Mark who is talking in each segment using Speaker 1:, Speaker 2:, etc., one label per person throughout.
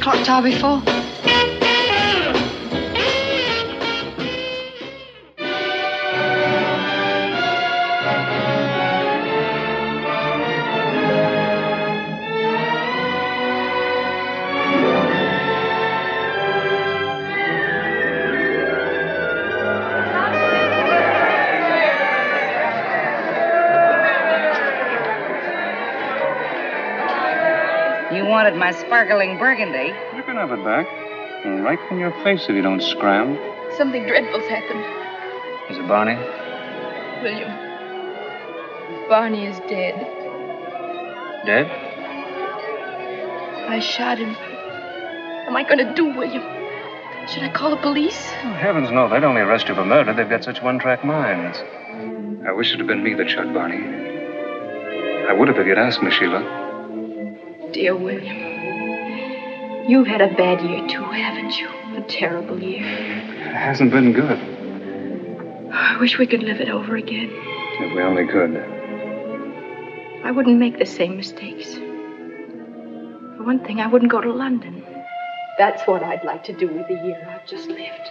Speaker 1: clock tower before?
Speaker 2: You wanted my sparkling burgundy.
Speaker 3: You can have it back. And right from your face if you don't scram.
Speaker 4: Something dreadful's happened.
Speaker 3: Is it Barney?
Speaker 4: William. Barney is dead.
Speaker 3: Dead?
Speaker 4: I shot him. What am I going to do, William? Should I call the police?
Speaker 3: Oh, heavens no, they'd only arrest you for murder. They've got such one track minds. I wish it had been me that shot Barney. I would have if you'd asked me, Sheila.
Speaker 4: Dear William, you've had a bad year, too, haven't you? A terrible year.
Speaker 3: It hasn't been good.
Speaker 4: I wish we could live it over again.
Speaker 3: If we only could.
Speaker 4: I wouldn't make the same mistakes. For one thing, I wouldn't go to London. That's what I'd like to do with the year I've just lived.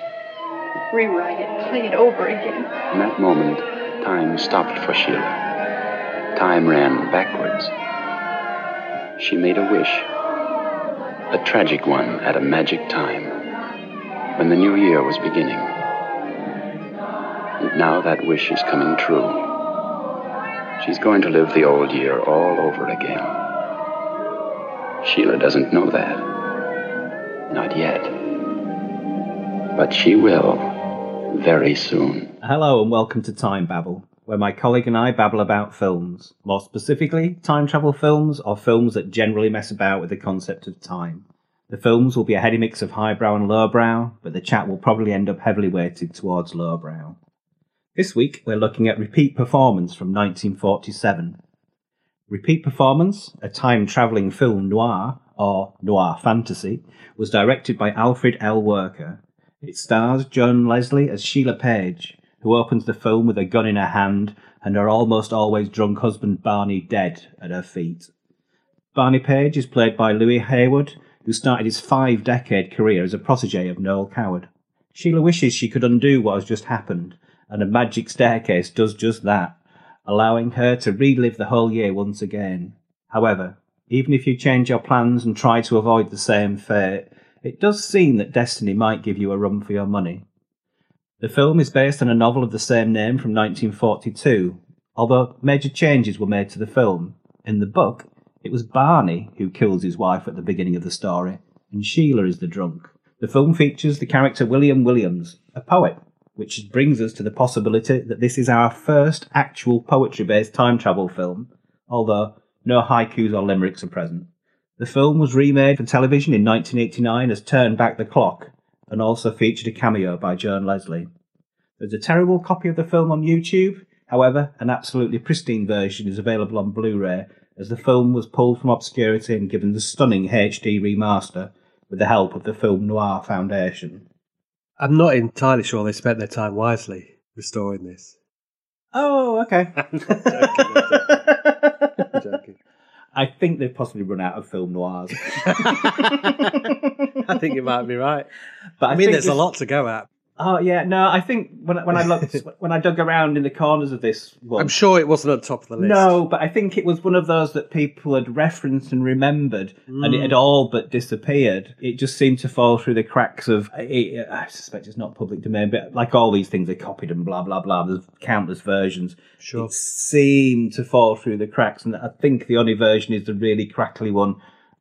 Speaker 4: Rewrite it, play it over again.
Speaker 5: In that moment, time stopped for Sheila. Time ran backwards. She made a wish, a tragic one at a magic time, when the new year was beginning. And now that wish is coming true. She's going to live the old year all over again. Sheila doesn't know that. Not yet. But she will very soon.
Speaker 6: Hello and welcome to Time Babble, where my colleague and I babble about films. More specifically, time travel films or films that generally mess about with the concept of time. The films will be a heady mix of highbrow and lowbrow, but the chat will probably end up heavily weighted towards lowbrow. This week, we're looking at Repeat Performance from 1947. Repeat Performance, a time travelling film noir, or noir fantasy, was directed by Alfred L. Worker. It stars Joan Leslie as Sheila Page, who opens the film with a gun in her hand and her almost always drunk husband Barney dead at her feet. Barney Page is played by Louis Haywood, who started his five decade career as a protege of Noel Coward. Sheila wishes she could undo what has just happened, and a magic staircase does just that, allowing her to relive the whole year once again. However, even if you change your plans and try to avoid the same fate, it does seem that destiny might give you a run for your money. The film is based on a novel of the same name from 1942, although major changes were made to the film. In the book, it was Barney who kills his wife at the beginning of the story, and Sheila is the drunk. The film features the character William Williams, a poet, which brings us to the possibility that this is our first actual poetry based time travel film, although no haikus or limericks are present. The film was remade for television in 1989 as Turn Back the Clock, and also featured a cameo by Joan Leslie. There's a terrible copy of the film on YouTube. However, an absolutely pristine version is available on Blu-ray, as the film was pulled from obscurity and given the stunning HD remaster with the help of the Film Noir Foundation.
Speaker 7: I'm not entirely sure they spent their time wisely restoring this.
Speaker 6: Oh, okay.
Speaker 7: I'm joking, I'm joking. I'm joking.
Speaker 6: I think they've possibly run out of film noirs.
Speaker 7: I think you might be right.
Speaker 6: But
Speaker 7: I, mean,
Speaker 6: think
Speaker 7: there's a
Speaker 6: this-
Speaker 7: lot to go at.
Speaker 6: Oh yeah, no, I think when when I looked when I dug around in the corners of this one,
Speaker 7: I'm sure it wasn't on top of the list.
Speaker 6: No, but I think it was one of those that people had referenced and remembered, and
Speaker 7: Mm.
Speaker 6: it had all but disappeared. It just seemed to fall through the cracks of. It, I suspect it's not public domain, but like all these things, they copied and blah blah blah. There's countless versions.
Speaker 7: Sure.
Speaker 6: It seemed to fall through the cracks, and I think the only version is the really crackly one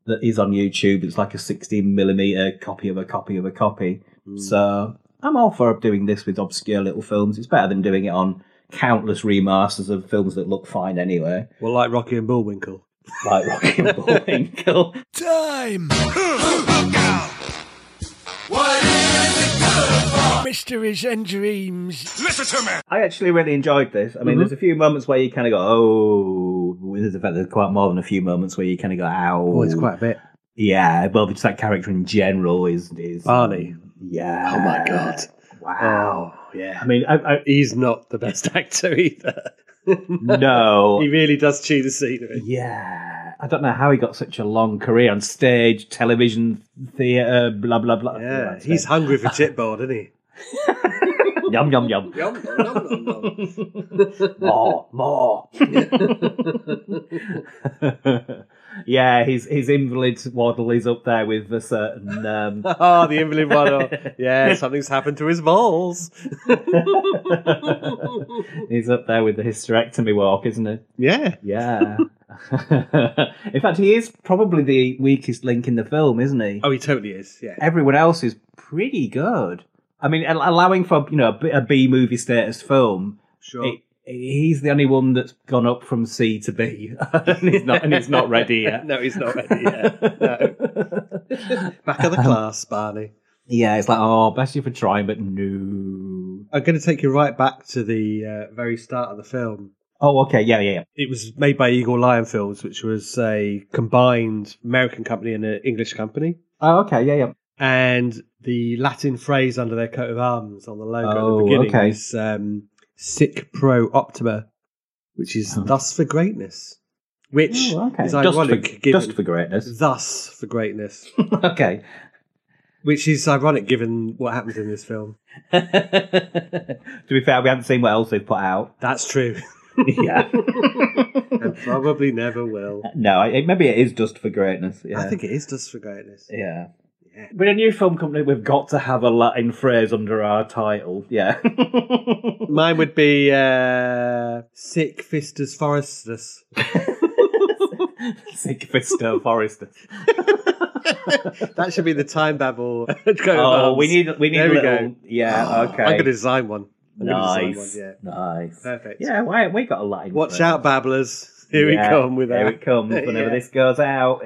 Speaker 6: that is on YouTube. It's like a 16 millimeter copy of a copy of a copy.
Speaker 8: Hmm.
Speaker 6: So I'm all for doing this with obscure little films. It's better than doing it on countless remasters of films that look fine anyway,
Speaker 7: Well, like Rocky and Bullwinkle.
Speaker 6: like Rocky and Bullwinkle.
Speaker 8: Time! Mysteries and dreams. Mm-hmm.
Speaker 6: I actually really enjoyed this. I mean, there's a few moments where you kind of go, oh, there's, a, there's quite more than a few moments where you kind of go, ow.
Speaker 7: Oh, it's quite a bit.
Speaker 6: Yeah, well, it's that character in general is is
Speaker 7: Barney.
Speaker 6: Yeah.
Speaker 7: Oh my god.
Speaker 6: Wow.
Speaker 7: Oh, yeah.
Speaker 6: I mean, I, I,
Speaker 7: uh, He's not the best actor either.
Speaker 6: No.
Speaker 7: He really does chew the scenery.
Speaker 6: yeah. I don't know how he got such a long career on stage, television, theatre, blah, blah, blah.
Speaker 7: Yeah,
Speaker 6: That's
Speaker 7: he's
Speaker 6: it.
Speaker 7: hungry for chipboard, isn't he?
Speaker 6: Yum, yum, yum.
Speaker 7: Yum, yum, yum, yum.
Speaker 6: more, more. yeah, his his invalid waddle is up there with a certain. Um,
Speaker 7: oh, the invalid one. Oh, Yeah, something's happened to his balls.
Speaker 6: he's up there with the hysterectomy walk, isn't he?
Speaker 7: Yeah.
Speaker 6: Yeah. in fact, he is probably the weakest link in the film, isn't he?
Speaker 7: Oh, he totally is. Yeah.
Speaker 6: Everyone else is pretty good. I mean, al- allowing for you know a B- a B movie status film,
Speaker 7: Sure.
Speaker 6: it, he's the only one that's gone up from C to B, and he's not and he's not ready yet.
Speaker 7: no, he's not ready yet. No. Back of the class, Barney.
Speaker 6: Yeah, it's like, oh, bless you for trying, but no.
Speaker 7: I'm going to take you right back to the uh, very start of the film.
Speaker 6: Oh, okay, yeah, yeah, yeah.
Speaker 7: It was made by Eagle Lion Films, which was a combined American company and an English company.
Speaker 6: Oh, okay, yeah, yeah.
Speaker 7: And the Latin phrase under their coat of arms on the logo at
Speaker 6: Oh,
Speaker 7: the beginning
Speaker 6: okay.
Speaker 7: is um, Sic pro optima, which is
Speaker 6: Oh.
Speaker 7: thus for greatness, which
Speaker 6: Oh, okay.
Speaker 7: is
Speaker 6: Just for,
Speaker 7: ironic given
Speaker 6: just for greatness.
Speaker 7: thus for greatness,
Speaker 6: okay.
Speaker 7: which is ironic given what happens in this film.
Speaker 6: to be fair, we haven't seen what else they've put out.
Speaker 7: That's true.
Speaker 6: Yeah.
Speaker 7: and probably never will.
Speaker 6: no, it, maybe it is just for greatness. Yeah.
Speaker 7: I think it is just for greatness.
Speaker 6: Yeah. With a new film company, we've got to have a Latin phrase under our title. Yeah.
Speaker 7: Mine would be uh, Sick Fistus Forestus.
Speaker 6: Sigfister Forrester.
Speaker 7: That should be the time babble.
Speaker 6: Oh, we need we need
Speaker 7: There
Speaker 6: a
Speaker 7: we
Speaker 6: little.
Speaker 7: go.
Speaker 6: Yeah. Okay.
Speaker 7: Oh, I'm going to design one. I'm gonna design
Speaker 6: Nice.
Speaker 7: one, yeah.
Speaker 6: Nice.
Speaker 7: Perfect.
Speaker 6: Yeah, why we got a line?
Speaker 7: Watch out, babblers. Here we come with
Speaker 6: Here
Speaker 7: that.
Speaker 6: it comes whenever
Speaker 7: Yeah.
Speaker 6: this goes out.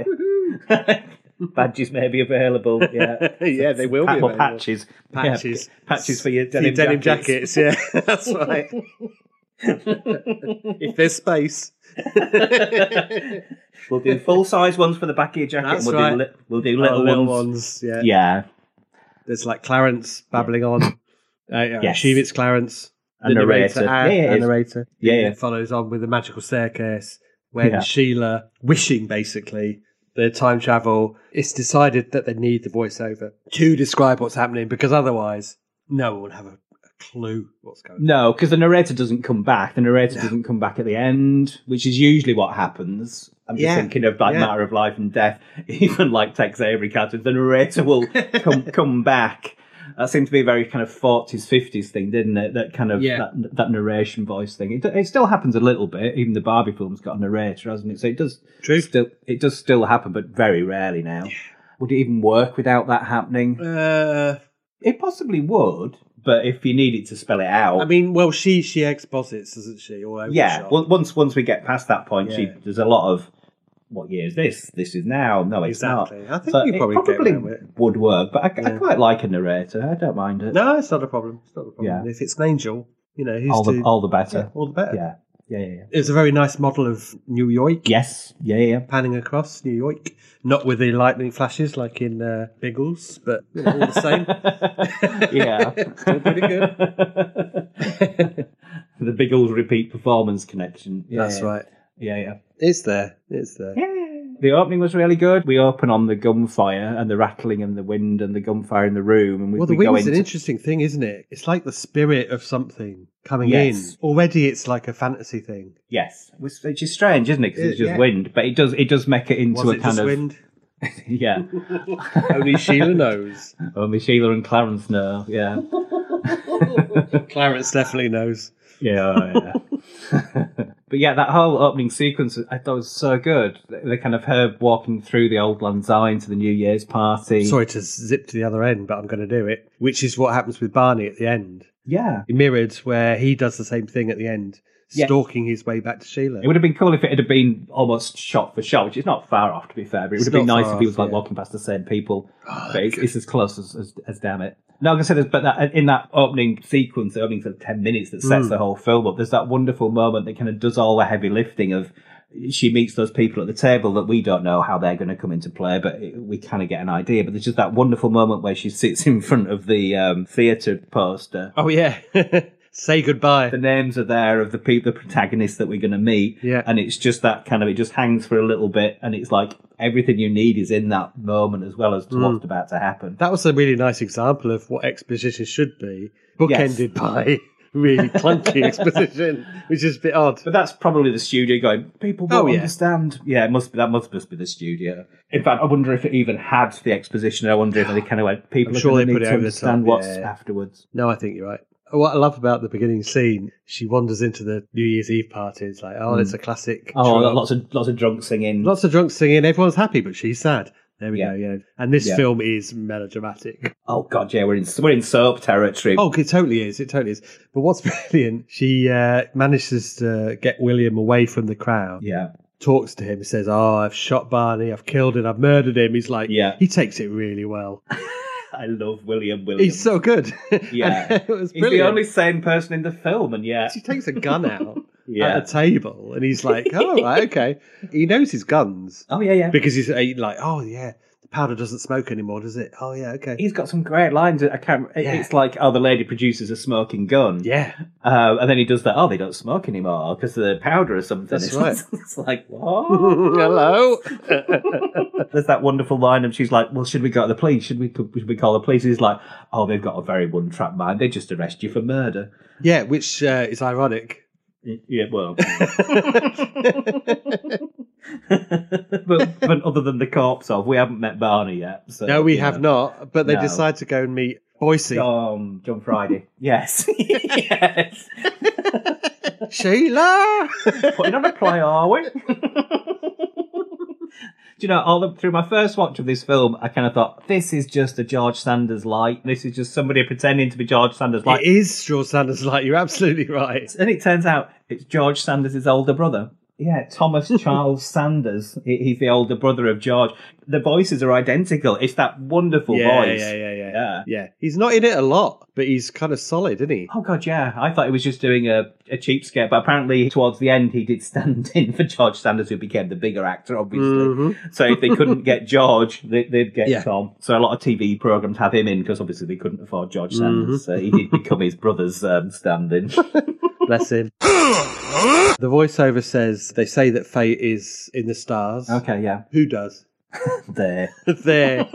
Speaker 6: Badges may be available. Yeah.
Speaker 7: yeah, they will
Speaker 6: Pat-
Speaker 7: be
Speaker 6: well,
Speaker 7: available.
Speaker 6: patches. Yeah,
Speaker 7: Patches.
Speaker 6: patches for your
Speaker 7: For
Speaker 6: denim,
Speaker 7: your denim
Speaker 6: jackets.
Speaker 7: jackets. Yeah, that's right. if there's space.
Speaker 6: we'll do full size ones for the back of your jacket.
Speaker 7: That's
Speaker 6: and we'll
Speaker 7: right.
Speaker 6: do li- we'll do
Speaker 7: Little,
Speaker 6: little,
Speaker 7: little
Speaker 6: ones.
Speaker 7: ones. Yeah.
Speaker 6: Yeah.
Speaker 7: There's like Clarence babbling on. I, I
Speaker 6: Yes.
Speaker 7: assume it's Clarence.
Speaker 6: A narrator.
Speaker 7: and-
Speaker 6: Yeah, it
Speaker 7: and
Speaker 6: is.
Speaker 7: narrator.
Speaker 6: Yeah, yeah.
Speaker 7: It follows on with the magical staircase when
Speaker 6: Yeah.
Speaker 7: Sheila, wishing basically the time travel, it's decided that they need the voiceover to describe what's happening because otherwise no one would have a, a clue what's going on.
Speaker 6: No, because the narrator doesn't come back. The narrator doesn't come back at the end, which is usually what happens. I'm just
Speaker 7: Yeah,
Speaker 6: thinking of like
Speaker 7: yeah.
Speaker 6: matter of life and death. Even like Tex Avery cartoons, the narrator will come come back. That seemed to be a very kind of 40s, 50s thing, didn't it? That kind of
Speaker 7: Yeah.
Speaker 6: that, that narration voice thing. It, it still happens a little bit. Even the Barbie film's got a narrator, hasn't it? So it does
Speaker 7: True.
Speaker 6: still it does still happen, but very rarely now. Would it even work without that happening?
Speaker 7: Uh,
Speaker 6: It possibly would, but if you needed to spell it out,
Speaker 7: I mean, well, she she exposits, doesn't she? All over
Speaker 6: yeah
Speaker 7: The shop.
Speaker 6: on- once once we get past that point she,
Speaker 7: Yeah.
Speaker 6: there's a lot of what year is this this is now no it's
Speaker 7: exactly.
Speaker 6: not
Speaker 7: I think
Speaker 6: So
Speaker 7: you
Speaker 6: it
Speaker 7: probably,
Speaker 6: probably
Speaker 7: get away with it.
Speaker 6: would work but I, I
Speaker 7: Yeah.
Speaker 6: quite like a narrator i don't mind it
Speaker 7: No, it's not a problem. It's not a problem.
Speaker 6: Yeah.
Speaker 7: If it's an angel, you know, who's
Speaker 6: all the
Speaker 7: to-
Speaker 6: all the
Speaker 7: yeah,
Speaker 6: better
Speaker 7: all the better.
Speaker 6: yeah yeah yeah, yeah.
Speaker 7: It's a very nice model of New York,
Speaker 6: yes yeah yeah
Speaker 7: panning across New York, not with the lightning flashes like in uh, Biggles, but you know, all the same.
Speaker 6: yeah
Speaker 7: Still pretty good.
Speaker 6: the big old repeat performance connection Yeah,
Speaker 7: That's
Speaker 6: yeah.
Speaker 7: right.
Speaker 6: yeah yeah
Speaker 7: It's there. It's there.
Speaker 6: The opening was really good. We open on the gunfire and the rattling and the wind and the gunfire in the room, and we,
Speaker 7: Well, the
Speaker 6: we go
Speaker 7: wind's an
Speaker 6: into
Speaker 7: interesting thing, isn't it? It's like the spirit of something coming
Speaker 6: Yes.
Speaker 7: in. Already, it's like a fantasy thing.
Speaker 6: Yes, which, which is strange, isn't it? Because
Speaker 7: Yeah,
Speaker 6: it's just
Speaker 7: yeah.
Speaker 6: wind, but it does it does make it into
Speaker 7: Was
Speaker 6: a
Speaker 7: it
Speaker 6: kind
Speaker 7: just
Speaker 6: of
Speaker 7: wind?
Speaker 6: yeah.
Speaker 7: Only Sheila knows.
Speaker 6: Only Sheila and Clarence know. Yeah,
Speaker 7: Clarence definitely knows.
Speaker 6: yeah, oh, yeah. but yeah, that whole opening sequence I thought was so good. The, the kind of her walking through the old Land's Eye to the New Year's party.
Speaker 7: Sorry to zip to the other end, but I'm going to do it. Which is what happens with Barney at the end.
Speaker 6: Yeah.
Speaker 7: mirrored where he does the same thing at the end,
Speaker 6: Yeah.
Speaker 7: stalking his way back to Sheila.
Speaker 6: It would have been cool if it had been almost shot for shot, which is not far off, to be fair. But it
Speaker 7: It's
Speaker 6: would have been
Speaker 7: not
Speaker 6: nice
Speaker 7: far
Speaker 6: if he was
Speaker 7: off,
Speaker 6: like
Speaker 7: yeah. Ah,
Speaker 6: walking past the same people. but it's, it's as close as, as, as damn it. No, I'm gonna say this, but that, in that opening sequence, the opening sort of ten minutes that
Speaker 7: Hmm.
Speaker 6: sets the whole film up, there's that wonderful moment that kind of does all the heavy lifting of. She meets those people at the table that we don't know how they're going to come into play, but it, we kind of get an idea. But there's just that wonderful moment where she sits in front of the um, theatre poster
Speaker 7: oh yeah, Say goodbye.
Speaker 6: the names are there of the people, the protagonists that we're going to meet.
Speaker 7: Yeah.
Speaker 6: And it's just that kind of, it just hangs for a little bit. And it's like everything you need is in that moment as well as to
Speaker 7: Mm.
Speaker 6: what's about to happen.
Speaker 7: That was a really nice example of what exposition should be, bookended by really clunky exposition, which is a bit odd.
Speaker 6: But that's probably the studio going, people
Speaker 7: Oh,
Speaker 6: will
Speaker 7: yeah.
Speaker 6: understand. Yeah, it must be, that must, must be the studio. In fact, I wonder if it even had the exposition. I wonder if they kind of went, people
Speaker 7: I'm
Speaker 6: are
Speaker 7: sure
Speaker 6: going
Speaker 7: they
Speaker 6: to
Speaker 7: put
Speaker 6: need
Speaker 7: it
Speaker 6: to
Speaker 7: over the
Speaker 6: understand
Speaker 7: top,
Speaker 6: what's
Speaker 7: yeah.
Speaker 6: afterwards.
Speaker 7: No, I think you're right. What I love about the beginning scene, she wanders into the New Year's Eve party. It's like, oh, it's a classic.
Speaker 6: Oh,
Speaker 7: trope.
Speaker 6: lots of lots of drunk singing.
Speaker 7: lots of drunks singing. Everyone's happy, but she's sad. There we
Speaker 6: Yeah.
Speaker 7: go. Yeah, and this
Speaker 6: Yeah.
Speaker 7: film is melodramatic.
Speaker 6: oh god, yeah, we're in we're in soap territory.
Speaker 7: Oh, it totally is. It totally is. But what's brilliant, she uh, manages to get William away from the crowd.
Speaker 6: yeah,
Speaker 7: talks to him, says, "Oh, I've shot Barney, I've killed him, I've murdered him." He's like,
Speaker 6: Yeah.
Speaker 7: he takes it really well.
Speaker 6: I love William Williams.
Speaker 7: He's so good.
Speaker 6: Yeah.
Speaker 7: And it was
Speaker 6: He's the
Speaker 7: brilliant.
Speaker 6: only sane person in the film, and yeah,
Speaker 7: She takes a gun out
Speaker 6: Yeah.
Speaker 7: at a table, and he's like, "Oh, right, okay." He knows his guns
Speaker 6: oh yeah, yeah.
Speaker 7: because he's uh, like, "Oh yeah, the powder doesn't smoke anymore, does it?" Oh yeah, okay.
Speaker 6: He's got some great lines. I can't. it-
Speaker 7: Yeah.
Speaker 6: It's like, oh, the lady produces a smoking gun.
Speaker 7: yeah,
Speaker 6: Uh, and then he does that. Oh, they don't smoke anymore because the powder or something.
Speaker 7: That's
Speaker 6: it's,
Speaker 7: right.
Speaker 6: It's like what?
Speaker 7: hello.
Speaker 6: There's that wonderful line, and she's like, "Well, should we go to the police? Should we should we call the police?" And he's like, "Oh, they've got a very one-trap mind. They just arrest you for murder."
Speaker 7: yeah, which uh, is ironic.
Speaker 6: Yeah, well, but, but other than the corpse of, we haven't met Barney yet. So,
Speaker 7: No, we
Speaker 6: you
Speaker 7: have
Speaker 6: know.
Speaker 7: not. But they
Speaker 6: No.
Speaker 7: decide to go and meet Boise.
Speaker 6: Um, John Friday. yes, yes.
Speaker 7: Sheila.
Speaker 6: Putting on a play, are we? Do you know, all the, through my first watch of this film, I kind of thought, this is just a George Sanders light. This is just somebody pretending to be George Sanders light.
Speaker 7: it is George Sanders like you're absolutely right.
Speaker 6: And it turns out it's George Sanders' older brother. Yeah, Thomas Charles Sanders. He- He's the older brother of George. The voices are identical. It's that wonderful
Speaker 7: yeah,
Speaker 6: voice.
Speaker 7: Yeah, yeah, yeah, yeah.
Speaker 6: Yeah.
Speaker 7: He's not in it a lot, but he's kind of solid, isn't he?
Speaker 6: Oh god, yeah. I thought he was just doing a, a cheap skit, but apparently towards the end he did stand in for George Sanders, who became the bigger actor, obviously. So if they couldn't get George, they, they'd get
Speaker 7: Mm-hmm. Yeah.
Speaker 6: Tom. So a lot of TV programs have him in because obviously they couldn't afford George Sanders, so
Speaker 7: Mm-hmm.
Speaker 6: he did become his brother's um, stand-in.
Speaker 7: Bless him. the voiceover says they say that fate is in the stars.
Speaker 6: okay, yeah,
Speaker 7: Who does?
Speaker 6: there.
Speaker 7: there.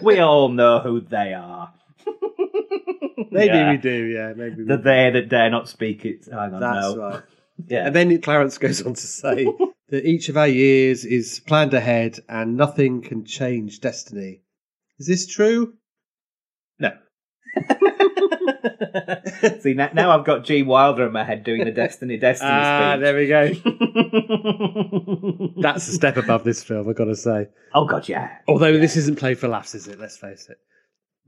Speaker 6: We all know who they are.
Speaker 7: maybe
Speaker 6: Yeah.
Speaker 7: we do, yeah. Maybe we
Speaker 6: The
Speaker 7: do.
Speaker 6: they that dare not speak it. Hang on,
Speaker 7: That's
Speaker 6: no.
Speaker 7: right.
Speaker 6: Yeah.
Speaker 7: And then Clarence goes on to say that each of our years is planned ahead and nothing can change destiny. Is this true?
Speaker 6: See now, now I've got Gene Wilder in my head doing the Destiny Destiny speech.
Speaker 7: Ah, we go. That's a step above this film, I've got to say.
Speaker 6: oh god, yeah.
Speaker 7: Although this isn't played for laughs, is it? Let's face it.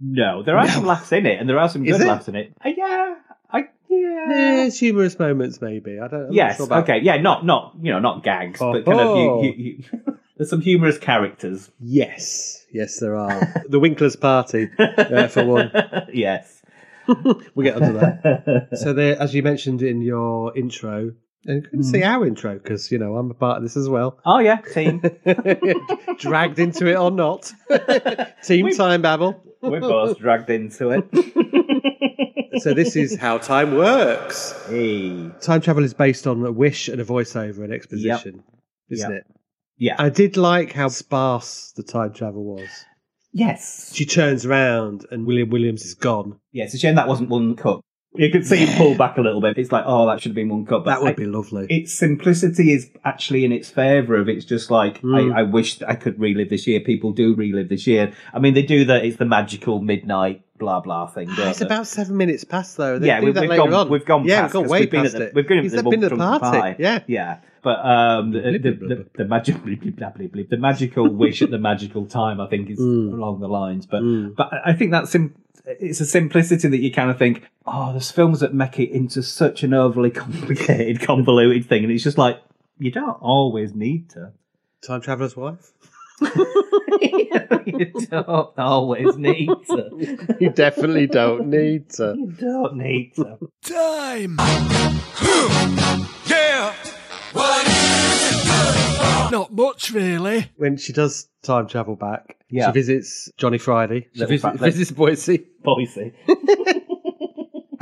Speaker 6: No, there are some laughs in it, and there are some
Speaker 7: Is
Speaker 6: good
Speaker 7: it?
Speaker 6: laughs in it. Uh, yeah, I yeah.
Speaker 7: There's Eh, humorous moments, maybe. I don't. I'm not
Speaker 6: yes.
Speaker 7: sure about-
Speaker 6: okay. Yeah. Not not you know not gags, but kind of
Speaker 7: Oh.
Speaker 6: you, you, you, there's some humorous characters.
Speaker 7: Yes. Yes, there are. the Winkler's party, uh, for one.
Speaker 6: yes.
Speaker 7: We'll get onto that. So, there, as you mentioned in your intro, and couldn't
Speaker 6: Hmm.
Speaker 7: say our intro because you know I'm a part of this as well.
Speaker 6: oh yeah, team.
Speaker 7: Dragged into it or not, team time babble.
Speaker 6: We're both dragged into it.
Speaker 7: So this is how time works.
Speaker 6: hey.
Speaker 7: Time travel is based on a wish and a voiceover and exposition, isn't it?
Speaker 6: Yeah.
Speaker 7: I did like how sparse the time travel was.
Speaker 6: yes.
Speaker 7: She turns around and William Williams is gone.
Speaker 6: Yeah, it's a shame that wasn't one cut. You could see him pull back a little bit. It's like, oh, that should have been one cut. But
Speaker 7: That would
Speaker 6: I-
Speaker 7: be lovely.
Speaker 6: Its simplicity is actually in its favour of it's just like
Speaker 7: Mm.
Speaker 6: I, I wish that I could relive this year. People do relive this year. I mean, they do that. It's the magical midnight blah blah thing.
Speaker 7: Ah,
Speaker 6: don't
Speaker 7: it's
Speaker 6: they?
Speaker 7: about seven minutes past though. They
Speaker 6: yeah,
Speaker 7: do
Speaker 6: we've,
Speaker 7: that
Speaker 6: we've
Speaker 7: later
Speaker 6: gone.
Speaker 7: on.
Speaker 6: We've gone.
Speaker 7: Yeah,
Speaker 6: past,
Speaker 7: we've gone
Speaker 6: 'cause
Speaker 7: way
Speaker 6: we've been
Speaker 7: past
Speaker 6: at the,
Speaker 7: it.
Speaker 6: We've gone
Speaker 7: He's
Speaker 6: to the,
Speaker 7: been at the
Speaker 6: Wump Drunk
Speaker 7: party.
Speaker 6: Pie.
Speaker 7: Yeah.
Speaker 6: yeah. But um, the,
Speaker 7: Blip,
Speaker 6: the,
Speaker 7: blip,
Speaker 6: the,
Speaker 7: blip.
Speaker 6: the magic, blip, blip, blip, blip, blip. the magical wish at the magical time, I think, is
Speaker 7: Mm.
Speaker 6: along the lines. But
Speaker 7: Mm.
Speaker 6: but I think that's sim- it's a simplicity that you kind of think, oh, there's films that make it into such an overly complicated, convoluted thing, and it's just like you don't always need to.
Speaker 7: Time traveler's wife.
Speaker 6: you don't always need to.
Speaker 7: You definitely don't need to.
Speaker 6: You don't need to.
Speaker 8: Time. yeah. Not much, really.
Speaker 7: When she does time travel back,
Speaker 6: Yeah.
Speaker 7: she visits Johnny Friday. She
Speaker 6: Little
Speaker 7: visit,
Speaker 6: fa-
Speaker 7: visits Boise.
Speaker 6: Boise.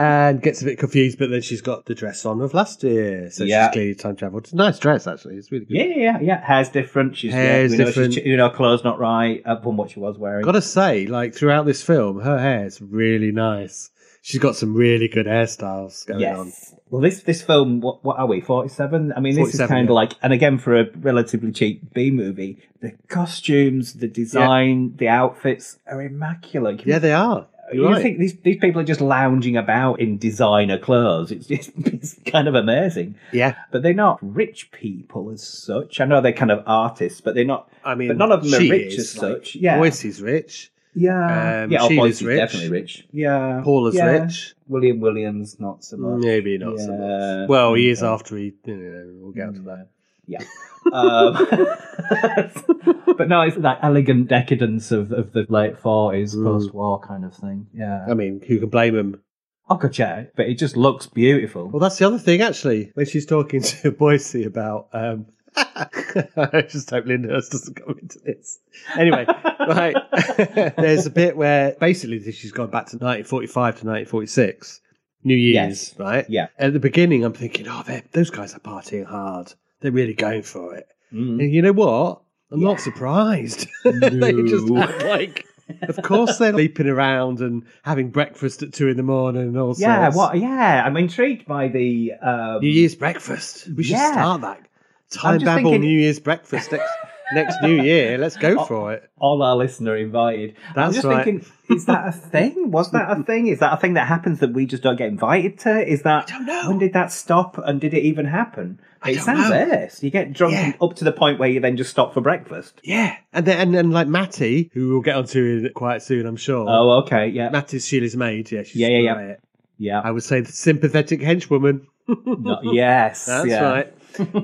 Speaker 7: and gets a bit confused, but then she's got the dress on of last year, so
Speaker 6: Yeah.
Speaker 7: she's clearly time traveled. It's a nice dress, actually. It's really good.
Speaker 6: Yeah, yeah, yeah. Hair's different. She's
Speaker 7: Hair's
Speaker 6: we know
Speaker 7: different.
Speaker 6: She's, you know, clothes not right uh, from what she was wearing.
Speaker 7: Gotta say, like throughout this film, her hair is really nice. She's got some really good hairstyles going on.
Speaker 6: yes. Well, this this film, what, what are we? Forty seven. I mean, this is
Speaker 7: 47,
Speaker 6: kind of
Speaker 7: yeah.
Speaker 6: like, and again for a relatively cheap B movie, the costumes, the design, the outfits are immaculate. Can
Speaker 7: Yeah, they are.
Speaker 6: you
Speaker 7: You're right.
Speaker 6: think these these people are just lounging about in designer clothes? It's just it's kind of amazing.
Speaker 7: yeah,
Speaker 6: But they're not rich people as such. I know they're kind of artists, but they're not.
Speaker 7: I mean,
Speaker 6: but none of them
Speaker 7: she
Speaker 6: are rich
Speaker 7: is,
Speaker 6: as
Speaker 7: like,
Speaker 6: such. Yeah,
Speaker 7: Boyce is rich.
Speaker 6: yeah,
Speaker 7: um,
Speaker 6: yeah. oh,
Speaker 7: Sheila's
Speaker 6: Boyce is
Speaker 7: rich.
Speaker 6: definitely rich. Yeah,
Speaker 7: Paul is
Speaker 6: yeah.
Speaker 7: rich.
Speaker 6: William Williams, not so much.
Speaker 7: Maybe not so
Speaker 6: Yeah.
Speaker 7: much. Well, he is
Speaker 6: Okay.
Speaker 7: after he. You know, we'll get to that.
Speaker 6: Yeah. um, but no, it's that elegant decadence of, of the late forties,
Speaker 7: Mm. Um,
Speaker 6: post-war kind of thing.
Speaker 7: I
Speaker 6: Yeah,
Speaker 7: mean, who can blame him?
Speaker 6: Okoche, but it just looks beautiful.
Speaker 7: Well, that's the other thing, actually. When she's talking to Boise about, um, I just hope Linda Hurst doesn't go into this. Anyway, right. There's a bit where basically she's gone back to 1945 to 1946, New Year's,
Speaker 6: Yes.
Speaker 7: right?
Speaker 6: Yeah.
Speaker 7: At the beginning, I'm thinking, oh, they're- those guys are partying hard. They're really going for it.
Speaker 6: Mm.
Speaker 7: And you know what? I'm not surprised. they just
Speaker 6: No.
Speaker 7: act like, of course, they're leaping around and having breakfast at two in the morning and all
Speaker 6: Yeah,
Speaker 7: sorts.
Speaker 6: what? Yeah, I'm intrigued by the um,
Speaker 7: New Year's breakfast. We should
Speaker 6: yeah.
Speaker 7: start that. Time
Speaker 6: just
Speaker 7: Babble
Speaker 6: thinking-
Speaker 7: New Year's breakfast next, next New Year. Let's go
Speaker 6: Oh.
Speaker 7: for it.
Speaker 6: all our listener invited. I'm
Speaker 7: That's
Speaker 6: just
Speaker 7: right.
Speaker 6: thinking, is that a thing? Was that a thing? Is that a thing that happens that we just don't get invited to? Is that
Speaker 7: don't know.
Speaker 6: when did that stop and did it even happen?
Speaker 7: I
Speaker 6: it
Speaker 7: don't
Speaker 6: sounds
Speaker 7: know.
Speaker 6: worse. You get drunk
Speaker 7: Yeah.
Speaker 6: up to the point where you then just stop for breakfast.
Speaker 7: Yeah, and then and, and like Matty, who we'll get onto in- quite soon, I'm sure.
Speaker 6: Oh, okay, yeah,
Speaker 7: Matty's Sheila's maid. Yeah, she's
Speaker 6: Yeah, yeah, yeah.
Speaker 7: right.
Speaker 6: yeah,
Speaker 7: I would say the sympathetic henchwoman.
Speaker 6: No, yes,
Speaker 7: That's
Speaker 6: yeah.
Speaker 7: right.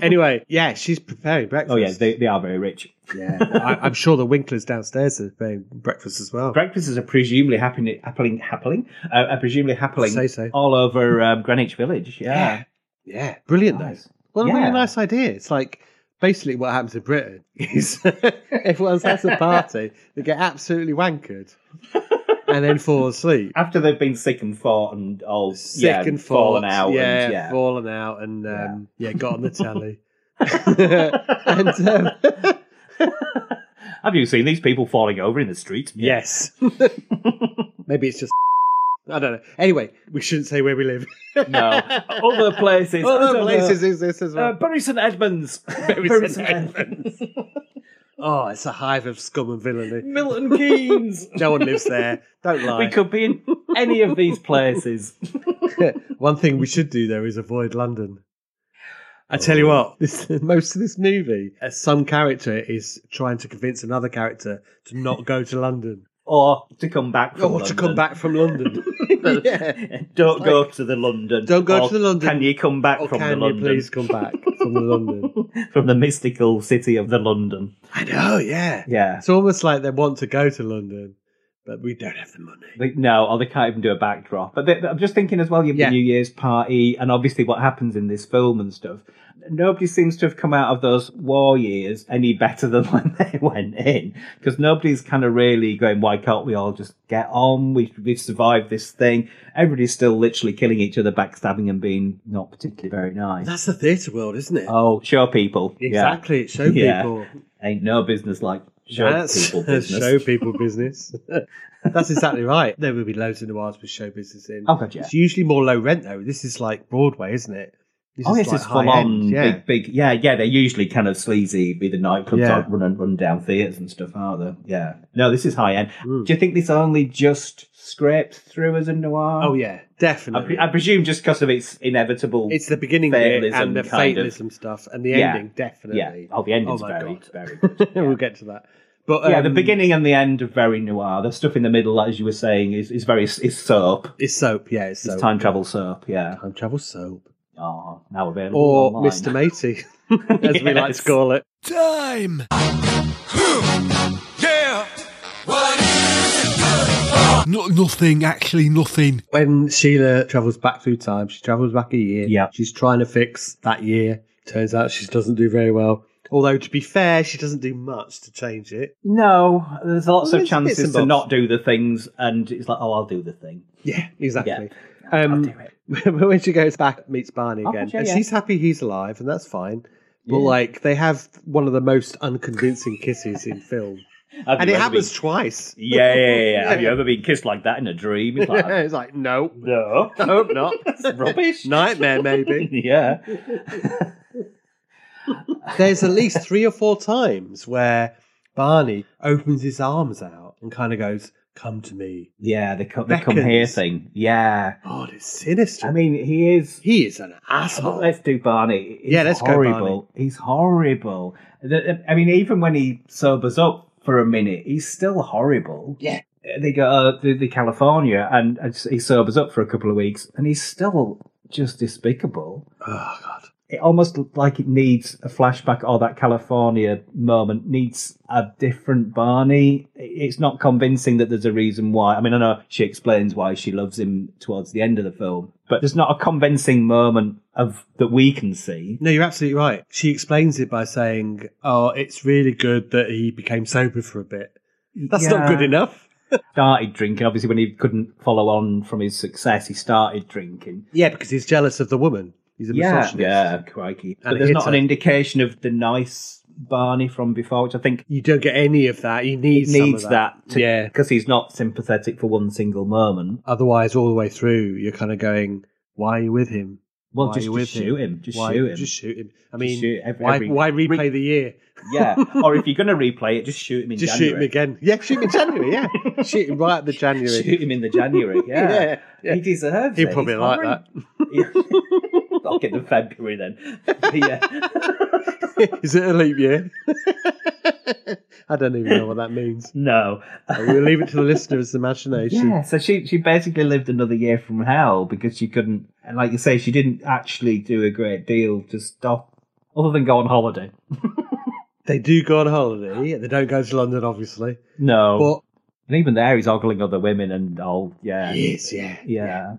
Speaker 7: anyway, yeah, she's preparing breakfast.
Speaker 6: Oh, yeah, they, they are very rich.
Speaker 7: yeah. I, I'm sure the Winklers downstairs are preparing breakfast as well.
Speaker 6: Breakfasts are presumably happening, happening, happening, uh, are presumably happening
Speaker 7: Say so.
Speaker 6: all over um, Greenwich Village. Yeah,
Speaker 7: Yeah, brilliant though.
Speaker 6: Nice.
Speaker 7: Well, a
Speaker 6: Yeah.
Speaker 7: really nice idea. It's like basically what happens in Britain is everyone's has a party, they get absolutely wankered, and then fall asleep.
Speaker 6: after they've been sick and fought and all
Speaker 7: Sick
Speaker 6: yeah,
Speaker 7: and
Speaker 6: fallen
Speaker 7: fought,
Speaker 6: out,
Speaker 7: yeah,
Speaker 6: and, yeah.
Speaker 7: fallen out, and um, yeah. got on the telly.
Speaker 6: and,
Speaker 7: And,
Speaker 6: um,
Speaker 7: um,
Speaker 6: have you seen these people falling over in the street?
Speaker 7: yes, maybe it's just. I don't know. Anyway, we shouldn't say where we live.
Speaker 6: no. Other places. I
Speaker 7: Other
Speaker 6: don't
Speaker 7: places
Speaker 6: know.
Speaker 7: is this as well.
Speaker 6: Uh, Bury St Edmunds.
Speaker 7: Bury St.
Speaker 6: Edmunds.
Speaker 7: oh, it's a hive of scum and villainy.
Speaker 6: Milton Keynes.
Speaker 7: No one lives there. Don't lie.
Speaker 6: we could be in any of these places.
Speaker 7: One thing we should do though is avoid London. I tell
Speaker 6: Oh,
Speaker 7: you what, this, most of this movie, uh, some character is trying to convince another character to not go to London
Speaker 6: Or to come back from
Speaker 7: or to come back from London. yeah.
Speaker 6: Don't go to the London.
Speaker 7: Don't go
Speaker 6: Or
Speaker 7: to the London.
Speaker 6: Can you come back
Speaker 7: Or
Speaker 6: from the
Speaker 7: can you
Speaker 6: London?
Speaker 7: please come back from the London?
Speaker 6: from the mystical city of the London.
Speaker 7: I know, yeah.
Speaker 6: Yeah.
Speaker 7: It's almost like they want to go to London, but we don't have the money.
Speaker 6: They, no, or they can't even do a backdrop. But they, I'm just thinking as well, you've
Speaker 7: Yeah.
Speaker 6: the New Year's party, and obviously what happens in this film and stuff. Nobody seems to have come out of those war years any better than when they went in, because nobody's kind of really going, why can't we all just get on? We, we've survived this thing. Everybody's still literally killing each other, backstabbing, and being not particularly very nice.
Speaker 7: That's the theatre world, isn't it?
Speaker 6: oh, show people.
Speaker 7: exactly. It's show
Speaker 6: Yeah.
Speaker 7: people.
Speaker 6: Yeah. Ain't no business like show
Speaker 7: That's
Speaker 6: people business.
Speaker 7: show people business. That's exactly right. There will be loads of noirs with show business in.
Speaker 6: Oh, God, yeah.
Speaker 7: It's usually more low rent though. This is like Broadway, isn't it? This
Speaker 6: Oh yes,
Speaker 7: like
Speaker 6: it's full
Speaker 7: high
Speaker 6: on
Speaker 7: end, Yeah.
Speaker 6: big, big. Yeah, yeah. They're usually kind of sleazy, be the nightclubs
Speaker 7: Yeah.
Speaker 6: like run and run down theatres and stuff, aren't they? Yeah. No, this is high end.
Speaker 7: Mm.
Speaker 6: Do you think this only just scraped through as a noir?
Speaker 7: Oh yeah,
Speaker 6: I,
Speaker 7: definitely.
Speaker 6: pre- I presume just because of its inevitable.
Speaker 7: it's the beginning bit
Speaker 6: fatalism
Speaker 7: and the
Speaker 6: kind of-
Speaker 7: fatalism stuff and the
Speaker 6: Yeah.
Speaker 7: ending,
Speaker 6: yeah.
Speaker 7: definitely.
Speaker 6: Oh, the ending's
Speaker 7: my
Speaker 6: very,
Speaker 7: God.
Speaker 6: very good.
Speaker 7: we'll get to that. But
Speaker 6: yeah, the
Speaker 7: um,
Speaker 6: beginning and the end are very noir. The stuff in the middle, as you were saying, is, is very is soap.
Speaker 7: is soap. Yeah, it's
Speaker 6: It's
Speaker 7: soap.
Speaker 6: time travel soap. Yeah.
Speaker 7: Time travel soap
Speaker 6: Oh, now available
Speaker 7: or
Speaker 6: online.
Speaker 7: Mr. Matey, as we like
Speaker 6: Yes.
Speaker 7: to call it.
Speaker 8: Time.
Speaker 7: Hmm,
Speaker 1: Yeah.
Speaker 8: No, nothing, actually, nothing.
Speaker 7: when Sheila travels back through time, she travels back a year.
Speaker 6: Yeah.
Speaker 7: She's trying to fix that year. Turns out she doesn't do very well. Although, to be fair, she doesn't do much to change it.
Speaker 6: No, there's lots
Speaker 7: Well,
Speaker 6: of
Speaker 7: it's bits
Speaker 6: chances
Speaker 7: and
Speaker 6: to
Speaker 7: bobs.
Speaker 6: not do the things, and it's like, oh, I'll do the thing.
Speaker 7: Yeah, exactly.
Speaker 6: I'll
Speaker 7: Um,
Speaker 6: do it.
Speaker 7: when she goes back, meets Barney
Speaker 6: Oh,
Speaker 7: again,
Speaker 6: yeah,
Speaker 7: and
Speaker 6: yeah.
Speaker 7: she's happy he's alive, and that's fine. But
Speaker 6: Yeah.
Speaker 7: like, they have one of the most unconvincing kisses in film,
Speaker 6: Have
Speaker 7: and
Speaker 6: you
Speaker 7: it
Speaker 6: ever
Speaker 7: happens
Speaker 6: been-
Speaker 7: twice.
Speaker 6: Yeah, yeah, yeah, yeah. Have you ever been kissed like that in a dream? It's like,
Speaker 7: it's like no,
Speaker 6: no,
Speaker 7: I hope not.
Speaker 6: That's rubbish.
Speaker 7: Nightmare, maybe.
Speaker 6: yeah.
Speaker 7: There's at least three or four times where Barney opens his arms out and kind of goes, "Come to me."
Speaker 6: Yeah, the, co- the come here
Speaker 7: Beckons.
Speaker 6: thing. Yeah.
Speaker 7: God, it's sinister.
Speaker 6: I mean, he is.
Speaker 7: he is an asshole.
Speaker 6: Let's do Barney. He's
Speaker 7: Oh. Yeah, let's go
Speaker 6: horrible.
Speaker 7: Barney.
Speaker 6: He's horrible. The- I mean, even when he sobers up for a minute, he's still horrible.
Speaker 1: Yeah.
Speaker 6: They go uh, to the California and and he sobers up for a couple of weeks and he's still just despicable.
Speaker 7: Oh God.
Speaker 6: It almost looked like it needs a flashback or that California moment needs a different Barney. It's not convincing that there's a reason why. I mean, I know she explains why she loves him towards the end of the film, but there's not a convincing moment of that we can see.
Speaker 7: No, you're absolutely right. She explains it by saying, "Oh, it's really good that he became sober for a bit. That's not good
Speaker 6: Yeah.
Speaker 7: enough."
Speaker 6: started drinking. Obviously, when he couldn't follow on from his success, he started drinking.
Speaker 7: Yeah, because he's jealous of the woman. He's a misogynist.
Speaker 6: yeah, crikey! But
Speaker 7: And
Speaker 6: there's
Speaker 7: hit
Speaker 6: not an
Speaker 7: her.
Speaker 6: indication of the nice Barney from before, which I think
Speaker 7: You don't get any of that. He needs some of
Speaker 6: needs that.
Speaker 7: yeah.
Speaker 6: because he's not sympathetic for one single moment.
Speaker 7: Otherwise, all the way through, you're kind of going, "Why are you with him?
Speaker 6: Well,
Speaker 7: Why are
Speaker 6: just,
Speaker 7: you
Speaker 6: just
Speaker 7: with
Speaker 6: shoot him. Just
Speaker 7: why,
Speaker 6: shoot him.
Speaker 7: Just shoot him. I
Speaker 6: Just
Speaker 7: mean,
Speaker 6: shoot every-
Speaker 7: why,
Speaker 6: every-
Speaker 7: why replay the year?
Speaker 6: yeah. or if you're going to replay it, just shoot him in
Speaker 7: Just shoot him
Speaker 6: January.
Speaker 7: again. Yeah, shoot him in January. Yeah, shoot him right at the January.
Speaker 6: Shoot him in the January. Yeah.
Speaker 7: Yeah, yeah.
Speaker 6: He deserves
Speaker 7: He'd
Speaker 6: it.
Speaker 7: probably
Speaker 6: He's
Speaker 7: like
Speaker 6: horrid.
Speaker 7: that.
Speaker 6: Yeah. I'll get the February then. yeah.
Speaker 7: Is it a leap year? I don't even know what that means.
Speaker 6: No.
Speaker 7: We'll leave it to the listener's imagination.
Speaker 6: Yeah, so she she basically lived another year from hell because she couldn't, and like you say, she didn't actually do a great deal to stop, other than go on holiday.
Speaker 7: They do go on holiday. They don't go to London, obviously.
Speaker 6: No,
Speaker 7: But
Speaker 6: and even there, he's ogling other women and all. Oh, Yeah,
Speaker 7: yes, yeah.
Speaker 6: yeah,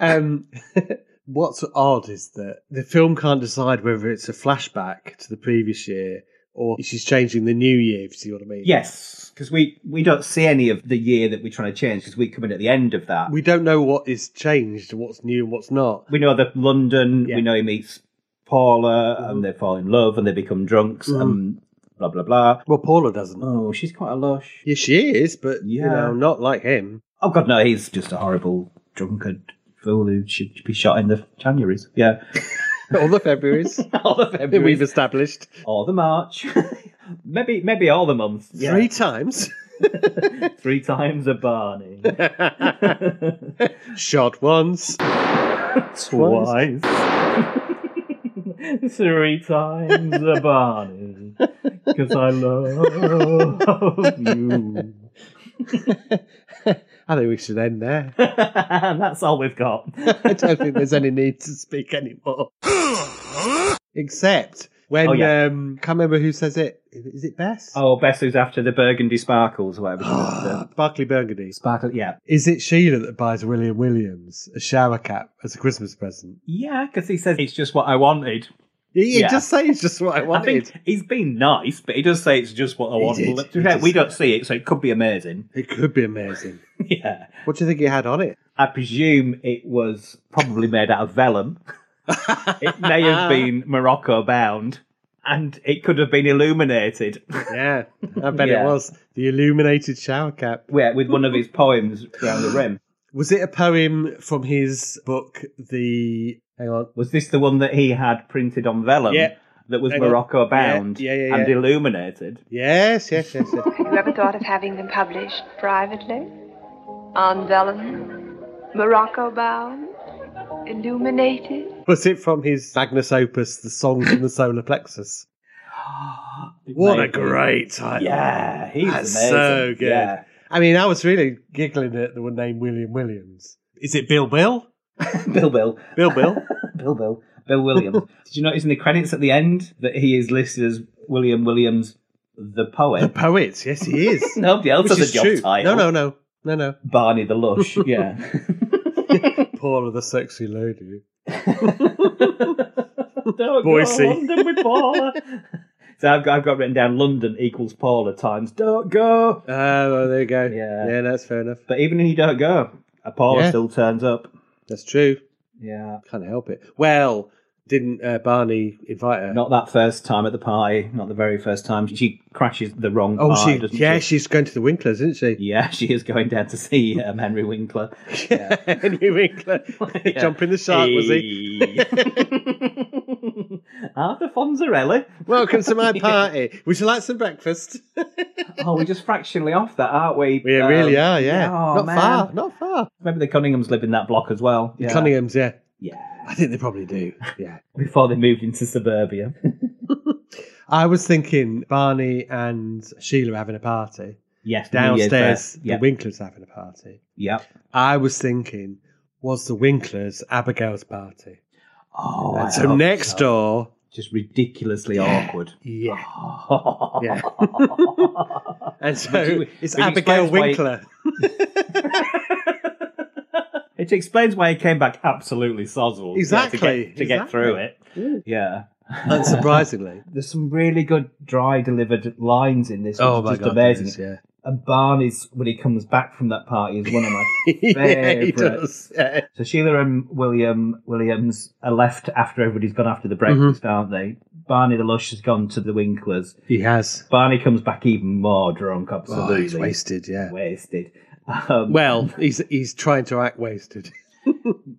Speaker 7: Um, what's odd is that the film can't decide whether it's a flashback to the previous year or she's changing the new year. If you see what I mean?
Speaker 6: yes, because we we don't see any of the year that we're trying to change because we come in at the end of that. We,
Speaker 7: We don't know what is changed, what's new, and what's not.
Speaker 6: know that London.
Speaker 7: Yeah.
Speaker 6: We know he meets Paula, and they fall in love, and they become drunks, and blah blah blah.
Speaker 7: Well, Paula doesn't.
Speaker 6: Mm. Oh, she's quite a lush.
Speaker 7: Yeah, she is, but you
Speaker 6: Yeah.
Speaker 7: know, not like him.
Speaker 6: Oh God, no! He's just a horrible drunkard fool who should be shot in the Januaries. Yeah,
Speaker 7: All the Februaries
Speaker 6: all the
Speaker 7: that we've
Speaker 6: Februaries,
Speaker 7: established
Speaker 6: all the March, maybe maybe all the months. Yeah.
Speaker 7: three times.
Speaker 6: Three times a Barney,
Speaker 7: Shot once.
Speaker 6: twice, three times a Barney, because I love you.
Speaker 7: I think we should end there.
Speaker 6: and that's all we've got.
Speaker 7: I don't think there's any need to speak anymore. Except when,
Speaker 6: Oh, yeah.
Speaker 7: um, can't remember who says it. Is it Bess?
Speaker 6: Oh, Bess, who's after the Burgundy Sparkles, or whatever. she was, the
Speaker 7: Barclay Burgundy.
Speaker 6: Sparkle, yeah.
Speaker 7: Is it Sheila that buys William Williams a shower cap as a Christmas present?
Speaker 6: Yeah, because he says it's just what I wanted.
Speaker 7: You, you
Speaker 6: Yeah.
Speaker 7: just say it's just what I
Speaker 6: I
Speaker 7: wanted.
Speaker 6: think he's been nice, but he does say it's just what I
Speaker 7: He
Speaker 6: want.
Speaker 7: did.
Speaker 6: Well, to
Speaker 7: He
Speaker 6: be fair,
Speaker 7: did
Speaker 6: we
Speaker 7: say
Speaker 6: don't
Speaker 7: that.
Speaker 6: see it, so it could be amazing.
Speaker 7: It could be amazing.
Speaker 6: yeah.
Speaker 7: What do you think he had on it?
Speaker 6: I presume it was probably made out of vellum. it may have been Morocco bound, and it could have been illuminated.
Speaker 7: Yeah, I bet
Speaker 6: Yeah.
Speaker 7: it was the illuminated shower cap.
Speaker 6: yeah, with one of his poems round the rim.
Speaker 7: Was it a poem from his book, The Hang on,
Speaker 6: Was this the one that he had printed on vellum
Speaker 7: Yeah.
Speaker 6: that was
Speaker 7: Hang on.
Speaker 6: Morocco bound
Speaker 7: Yeah, yeah, yeah,
Speaker 6: and
Speaker 7: yeah.
Speaker 6: illuminated?
Speaker 7: Yes, yes, yes, yes.
Speaker 4: Have you ever thought of having them published privately? On vellum? Morocco bound? Illuminated?
Speaker 7: Was it from his magnus opus, The Songs from the Solar Plexus? What a
Speaker 6: Maybe.
Speaker 7: great title!
Speaker 6: Yeah, he's
Speaker 7: That's
Speaker 6: amazing.
Speaker 7: so good.
Speaker 6: Yeah.
Speaker 7: I mean, I was really giggling at the name William Williams. Is it Bill Bill?
Speaker 6: Bill Bill.
Speaker 7: Bill Bill?
Speaker 6: Bill Bill. Bill Williams. Did you notice in the credits at the end that he is listed as William Williams, the
Speaker 7: the
Speaker 6: poet?
Speaker 7: poet. Yes, he is.
Speaker 6: Nobody else
Speaker 7: Which
Speaker 6: has
Speaker 7: is
Speaker 6: a job
Speaker 7: true.
Speaker 6: title.
Speaker 7: No, no, no, no, no.
Speaker 6: Barney the Lush, yeah.
Speaker 7: Paul of the sexy lady.
Speaker 6: Don't
Speaker 7: Boise.
Speaker 6: go to London with Paula. so I've got, I've got written down London equals Paula times don't go.
Speaker 7: Oh, well, there you go.
Speaker 6: Yeah.
Speaker 7: yeah, that's fair enough.
Speaker 6: But even if you don't go, Apollo
Speaker 7: Yeah.
Speaker 6: still turns up.
Speaker 7: That's true.
Speaker 6: Yeah.
Speaker 7: Can't help it. Well, didn't uh, Barney invite her?
Speaker 6: Not that first time at the pie, not the very first time. She crashes the wrong
Speaker 7: oh,
Speaker 6: pie,
Speaker 7: she.
Speaker 6: doesn't
Speaker 7: Yeah,
Speaker 6: she?
Speaker 7: she's going to the Winklers, isn't she?
Speaker 6: Yeah, she is going down to see um, Henry Winkler.
Speaker 7: Yeah. Henry Winkler jumping the shark, was he?
Speaker 6: he? Arthur Ah, Fonzarelli.
Speaker 7: Welcome to my party. Would you like some breakfast?
Speaker 6: Oh, we're just fractionally off that, aren't we?
Speaker 7: We
Speaker 6: Um,
Speaker 7: really are, yeah.
Speaker 6: oh,
Speaker 7: not
Speaker 6: man.
Speaker 7: far, not far.
Speaker 6: Maybe the Cunninghams live in that block as well.
Speaker 7: The
Speaker 6: Yeah.
Speaker 7: Cunningham's, yeah.
Speaker 6: Yeah.
Speaker 7: I think they probably do. Yeah.
Speaker 6: Before they moved into suburbia.
Speaker 7: I was thinking Barney and Sheila having a party.
Speaker 6: yes. New Year's
Speaker 7: Downstairs,
Speaker 6: birth.
Speaker 7: the
Speaker 6: Yep.
Speaker 7: Winklers having a party.
Speaker 6: yep.
Speaker 7: I was thinking, was the Winklers Abigail's party?
Speaker 6: Oh, I
Speaker 7: and so
Speaker 6: hope
Speaker 7: next
Speaker 6: so.
Speaker 7: door.
Speaker 6: Just ridiculously awkward.
Speaker 7: Yeah.
Speaker 6: yeah.
Speaker 7: And so
Speaker 6: Would you-
Speaker 7: it's
Speaker 6: would you
Speaker 7: Abigail
Speaker 6: explain why-
Speaker 7: Winkler.
Speaker 6: it explains why he came back absolutely sozzled. yeah, to
Speaker 7: Exactly,
Speaker 6: get- to get,
Speaker 7: exactly.
Speaker 6: through it. Yeah.
Speaker 7: Unsurprisingly.
Speaker 6: There's some really good dry delivered lines in this, which is just amazing.
Speaker 7: Oh there is,
Speaker 6: And Barney's when he comes back from that party is one of my
Speaker 7: yeah. yeah, he
Speaker 6: Favourite.
Speaker 7: does. Yeah.
Speaker 6: So Sheila and William Williams are left after everybody's gone after the
Speaker 7: Mm-hmm.
Speaker 6: breakfast, aren't they? Barney the Lush has gone to the Winklers.
Speaker 7: He has.
Speaker 6: Barney comes back even more drunk,
Speaker 7: Oh,
Speaker 6: absolutely
Speaker 7: he's wasted, yeah.
Speaker 6: Wasted. Um,
Speaker 7: Well, he's he's trying to act wasted.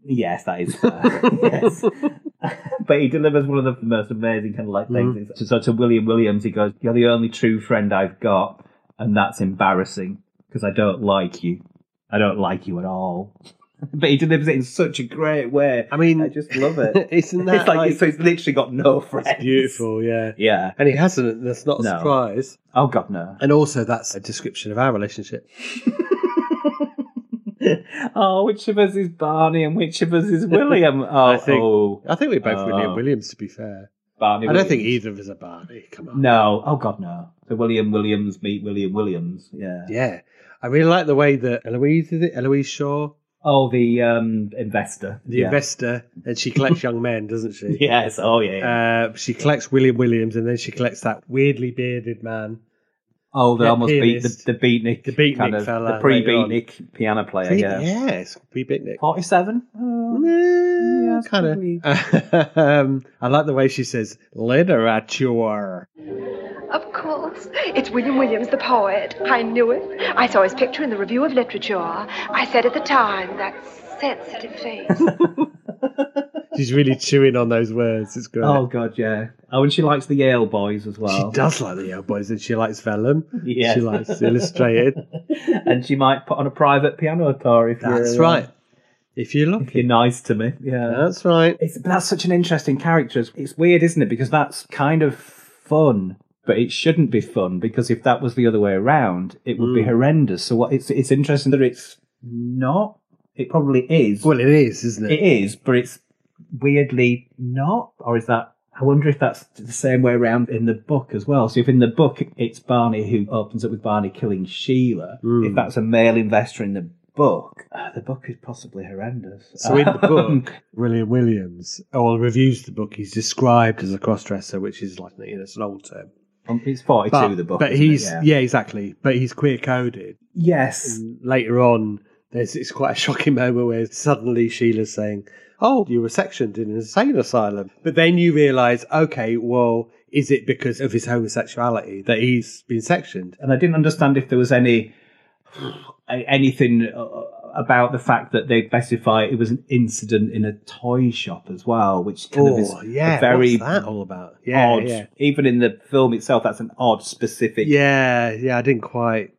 Speaker 6: yes, that is fair. yes. but he delivers one of the most amazing kind of like
Speaker 7: Mm-hmm.
Speaker 6: things. So, so to William Williams, he goes, "You're the only true friend I've got, and that's embarrassing because I don't like you. I don't like you at all." but he delivers it in such a great way.
Speaker 7: I mean,
Speaker 6: I just love it.
Speaker 7: isn't that
Speaker 6: it's like,
Speaker 7: like-
Speaker 6: so he's literally got no friends.
Speaker 7: It's beautiful, yeah.
Speaker 6: Yeah.
Speaker 7: And he hasn't, and that's not a
Speaker 6: No.
Speaker 7: surprise.
Speaker 6: Oh God, no.
Speaker 7: And also, that's a description of our relationship.
Speaker 6: oh, which of us is Barney and which of us is William? Oh,
Speaker 7: I think-
Speaker 6: oh,
Speaker 7: I think we're both William
Speaker 6: Oh.
Speaker 7: Williams, to be fair.
Speaker 6: Barney.
Speaker 7: I don't think
Speaker 6: Williams.
Speaker 7: either of us are Barney. Come on.
Speaker 6: No. Oh God, no. So William Williams meet William Williams. Yeah.
Speaker 7: Yeah. I really like the way that Eloise, is it? Eloise Shaw,
Speaker 6: Oh, the um investor.
Speaker 7: the
Speaker 6: yeah.
Speaker 7: investor, and she collects young men, doesn't she?
Speaker 6: Yes. Oh yeah. yeah.
Speaker 7: Uh, she collects William Williams, and then she collects that weirdly bearded man.
Speaker 6: oh, they
Speaker 7: yeah,
Speaker 6: almost beat
Speaker 7: pianist.
Speaker 6: the, the beatnik.
Speaker 7: The beatnik
Speaker 6: kind of,
Speaker 7: fella
Speaker 6: The pre-beatnik piano player. yeah.
Speaker 7: Yes, pre Bitnick.
Speaker 6: Forty-seven.
Speaker 7: Yeah,
Speaker 6: it's
Speaker 7: kind of. um, I like the way she says literature.
Speaker 4: Of course. It's William Williams, the poet. I knew it. I saw his picture in the Review of Literature. I said at the time, that sensitive face.
Speaker 7: She's really chewing on those words. It's great.
Speaker 6: Oh God, yeah. Oh, and she likes the Yale boys as well.
Speaker 7: she does like the Yale Boys, and she likes Vellum.
Speaker 6: Yes.
Speaker 7: She likes Illustrated.
Speaker 6: and she might put on a private piano tour if you're,
Speaker 7: That's
Speaker 6: uh,
Speaker 7: right. If you look,
Speaker 6: If you're nice to me, yeah.
Speaker 7: that's right.
Speaker 6: It's but that's such an interesting character. It's- It's weird, isn't it? Because that's kind of fun, but it shouldn't be fun because if that was the other way around, it would
Speaker 7: Hmm.
Speaker 6: be horrendous. So what? It's it's interesting that it's not. It probably is.
Speaker 7: Well, it is, isn't it?
Speaker 6: it is, but it's weirdly not. Or is that? I wonder if that's the same way around in the book as well. So if in the book it's Barney who opens up with Barney killing Sheila, if that's a male investor in the book, uh, the book is possibly horrendous.
Speaker 7: So in the
Speaker 6: Um,
Speaker 7: book, William Williams, or reviews the book, he's described as a crossdresser, which is like you know, it's an old term.
Speaker 6: Um, it's 42,
Speaker 7: But,
Speaker 6: the book.
Speaker 7: but
Speaker 6: isn't it?
Speaker 7: he's
Speaker 6: Yeah.
Speaker 7: yeah, exactly. But he's queer coded.
Speaker 6: Yes.
Speaker 7: Later on, there's it's quite a shocking moment where suddenly Sheila's saying, "Oh, you were sectioned in an insane asylum," but then you realise, okay, well, is it because of his homosexuality that he's been sectioned?
Speaker 6: And I didn't understand if there was any anything uh, about the fact that they specify it was an incident in a toy shop as well, which kind of is
Speaker 7: oh, yeah,
Speaker 6: a very
Speaker 7: what's that all about? Yeah,
Speaker 6: odd.
Speaker 7: yeah,
Speaker 6: Even in the film itself, that's an odd specific.
Speaker 7: yeah, yeah. I didn't quite.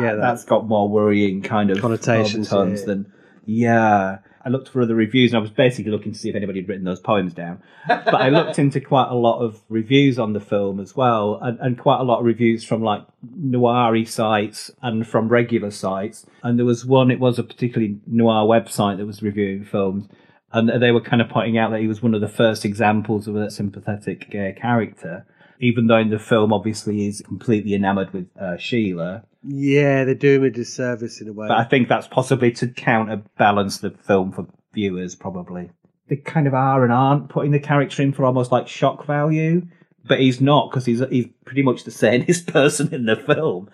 Speaker 7: Yeah, that-
Speaker 6: that's got more worrying kind of
Speaker 7: Connotations,
Speaker 6: overtones
Speaker 7: yeah.
Speaker 6: than yeah. I looked for other reviews and I was basically looking to see if anybody had written those poems down. But I looked into quite a lot of reviews on the film as well, and, and quite a lot of reviews from like noir sites and from regular sites. And there was one, it was a particularly noir website that was reviewing films, and they were kind of pointing out that he was one of the first examples of a sympathetic gay character. Even though in the film, obviously, he's completely enamored with uh, Sheila,
Speaker 7: yeah, they do him a disservice in a way.
Speaker 6: but I think that's possibly to counterbalance the film for viewers, probably. They kind of are and aren't putting the character in for almost like shock value but he's not because he's he's pretty much the sanest person in the film,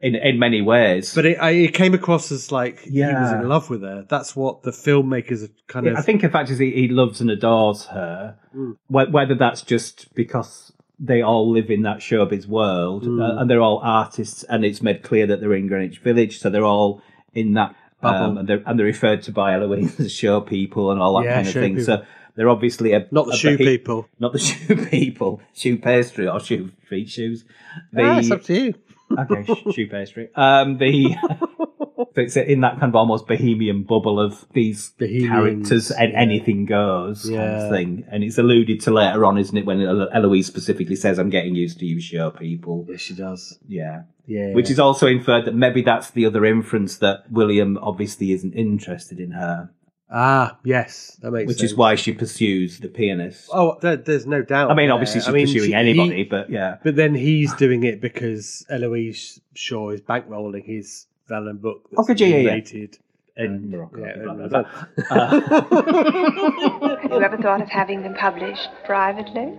Speaker 6: in in many ways.
Speaker 7: But it, I, it came across as like he was
Speaker 6: Yeah.
Speaker 7: in love with her. That's what the filmmakers are kind
Speaker 6: Yeah,
Speaker 7: of.
Speaker 6: I think in fact is he, he loves and adores her.
Speaker 7: Mm.
Speaker 6: Wh- Whether that's just because they all live in that showbiz world uh,
Speaker 7: Mm.
Speaker 6: and they're all artists, and it's made clear that they're in Greenwich Village, so they're all in that
Speaker 7: Bubble.
Speaker 6: Um, and, they're, and they're referred to by Eloise as show people and all that
Speaker 7: Yeah,
Speaker 6: kind of
Speaker 7: show
Speaker 6: thing.
Speaker 7: people.
Speaker 6: So they're obviously a,
Speaker 7: not the
Speaker 6: a
Speaker 7: shoe
Speaker 6: behe-
Speaker 7: people.
Speaker 6: not the shoe people, shoe pastry or shoe street shoes. The,
Speaker 7: Ah, it's up to you.
Speaker 6: okay, sh- shoe pastry. Um, the so it's in that kind of almost bohemian bubble of these
Speaker 7: Bohemians,
Speaker 6: characters and
Speaker 7: yeah.
Speaker 6: anything goes kind
Speaker 7: Yeah.
Speaker 6: of thing, and it's alluded to later on, isn't it? When Elo- Eloise specifically says, "I'm getting used to you, show people."
Speaker 7: Yeah, she does.
Speaker 6: Yeah,
Speaker 7: Yeah,
Speaker 6: which is also inferred that maybe that's the other inference that William obviously isn't interested in her,
Speaker 7: ah yes, that makes
Speaker 6: which
Speaker 7: sense.
Speaker 6: is why she pursues the pianist.
Speaker 7: Oh, there, there's no doubt.
Speaker 6: I mean,
Speaker 7: there.
Speaker 6: obviously she's
Speaker 7: I mean,
Speaker 6: pursuing
Speaker 7: she-
Speaker 6: anybody,
Speaker 7: he-
Speaker 6: but yeah.
Speaker 7: But then he's doing it because Eloise Shaw is bankrolling his vellum book. That's
Speaker 6: Okay, yeah, yeah, yeah.
Speaker 7: related.
Speaker 6: In Morocco,
Speaker 7: yeah,
Speaker 6: blah, blah,
Speaker 7: and-
Speaker 6: blah.
Speaker 1: Have you ever thought of having them published privately?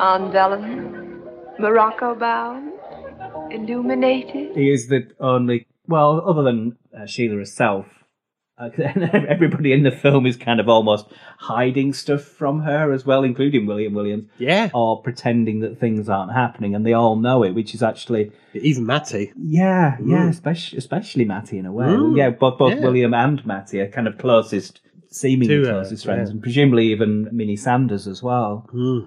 Speaker 1: On vellum? Morocco bound? Illuminated?
Speaker 6: he is the only well other than uh, sheila herself uh, everybody in the film is kind of almost hiding stuff from her as well including william williams
Speaker 7: Yeah,
Speaker 6: or pretending that things aren't happening and they all know it which is actually
Speaker 7: even Matty.
Speaker 6: yeah yeah
Speaker 7: Mm.
Speaker 6: especially, especially matty in a way
Speaker 7: Mm.
Speaker 6: yeah both, both
Speaker 7: Yeah.
Speaker 6: william and matty are kind of closest seemingly
Speaker 7: To her,
Speaker 6: closest friends
Speaker 7: yeah.
Speaker 6: and presumably even minnie sanders as well
Speaker 7: Hmm.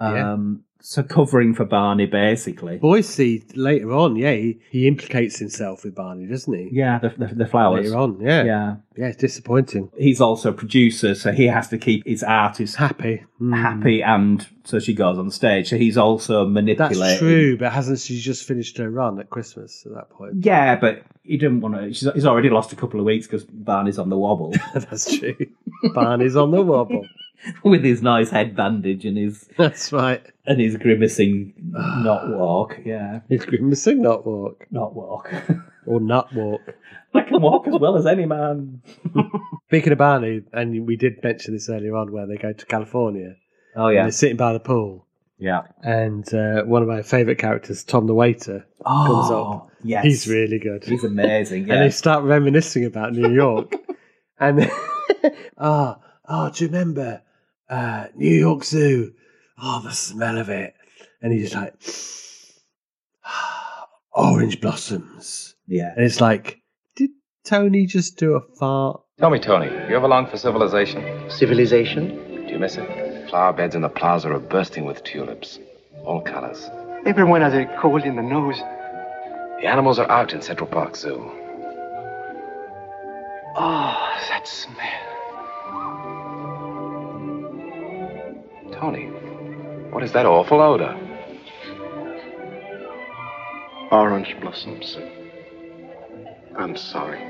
Speaker 7: Yeah.
Speaker 6: um so covering for barney basically
Speaker 7: Boise later on, yeah, he, he implicates himself with Barney, doesn't he?
Speaker 6: yeah the, the, the flowers
Speaker 7: later on, yeah. yeah,
Speaker 6: yeah
Speaker 7: it's disappointing.
Speaker 6: he's also a producer, so he has to keep his artists ha-
Speaker 7: Happy, Mm.
Speaker 6: happy, and so she goes on stage. So he's also manipulating.
Speaker 7: That's true, but hasn't she just finished her run at Christmas at that point?
Speaker 6: Yeah, but he didn't want to. She's, he's already lost a couple of weeks because Barney's on the wobble
Speaker 7: That's true. Barney's on the wobble.
Speaker 6: with his nice head bandage and his
Speaker 7: That's right.
Speaker 6: and his grimacing not walk. Yeah,
Speaker 7: He's grimacing, not walk
Speaker 6: not walk.
Speaker 7: or nut walk.
Speaker 6: I can walk as well as any man.
Speaker 7: Speaking of Barney, and we did mention this earlier on, where they go to California
Speaker 6: Oh
Speaker 7: and
Speaker 6: yeah,
Speaker 7: they're sitting by the pool,
Speaker 6: yeah.
Speaker 7: and uh, one of my favourite characters, Tom the waiter, comes
Speaker 6: Oh,
Speaker 7: up.
Speaker 6: yes.
Speaker 7: He's really good.
Speaker 6: he's amazing. Yeah.
Speaker 7: and they start reminiscing about New York. and then, ah, oh, do you remember uh, New York Zoo? Oh, the smell of it. And he's like, orange blossoms.
Speaker 6: yeah.
Speaker 7: And it's like, did Tony just do a fart?
Speaker 9: Tell me, Tony, you ever longed for civilization?
Speaker 10: Civilization?
Speaker 9: Do you miss it? Flower beds in the plaza are bursting with tulips, all colors.
Speaker 10: Everyone has a cold in the nose.
Speaker 9: The animals are out in Central Park Zoo.
Speaker 10: Oh, that smell.
Speaker 9: Tony, what is that awful odor?
Speaker 10: Orange blossoms. I'm sorry.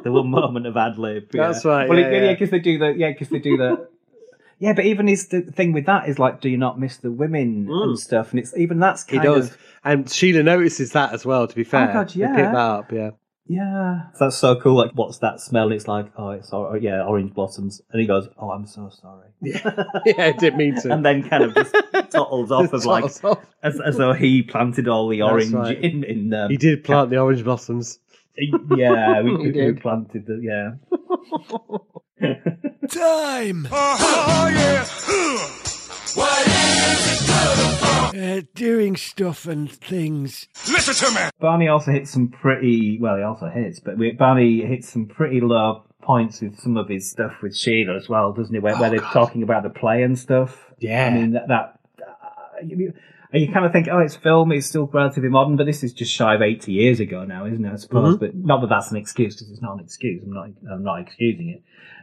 Speaker 6: the one moment of ad lib. Yeah.
Speaker 7: That's right,
Speaker 6: Well,
Speaker 7: yeah,
Speaker 6: it- yeah,
Speaker 7: yeah.
Speaker 6: because they do the yeah, because they do the yeah. But even is the thing with that is like, do you not miss the women and stuff? And it's even that's
Speaker 7: He
Speaker 6: kind
Speaker 7: does.
Speaker 6: of Oh,
Speaker 7: And Sheila notices that as well, to be fair.
Speaker 6: God,
Speaker 7: They
Speaker 6: yeah.
Speaker 7: pick that up, yeah.
Speaker 6: yeah. That's so cool. Like, what's that smell? It's like oh, it's or, yeah, orange blossoms. And he goes, oh, I'm so sorry.
Speaker 7: yeah, it didn't mean to.
Speaker 6: And then kind of just tottles off of like
Speaker 7: Tops off.
Speaker 6: as, as though he planted all the orange
Speaker 7: right.
Speaker 6: in in um,
Speaker 7: He did plant the orange blossoms.
Speaker 6: yeah we, we
Speaker 7: did.
Speaker 6: planted the yeah
Speaker 8: Time! Uh, doing stuff and things.
Speaker 6: Barney also hits some pretty well. He also hits, but we, Barney hits some pretty low points with some of his stuff with Sheila as well, doesn't he? Where, where they're talking about the play and stuff.
Speaker 7: Yeah.
Speaker 6: I mean that. that uh, you, and you kind of think, oh, it's film, it's still relatively modern, but this is just shy of eighty years ago now, isn't it? I suppose, but not that that's an excuse because it's not an excuse. I'm not, I'm not excusing it.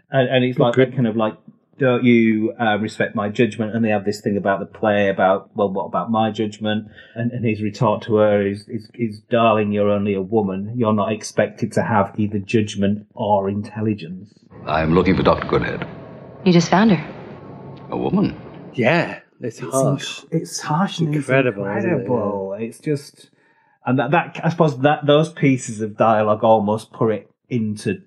Speaker 6: And, and it's like that kind of like, don't you uh, respect my judgment? And they have this thing about the play about, well, what about my judgment? And, and his retort to her is, is, is, darling, you're only a woman. You're not expected to have either judgment or intelligence.
Speaker 5: I'm looking for Dr. Goodhead.
Speaker 1: You just found her.
Speaker 5: A woman?
Speaker 7: Yeah, it's harsh.
Speaker 6: It's harsh and
Speaker 7: Incredible,
Speaker 6: It's,
Speaker 7: isn't it?
Speaker 6: incredible. it's just, and that, that I suppose that those pieces of dialogue almost put it into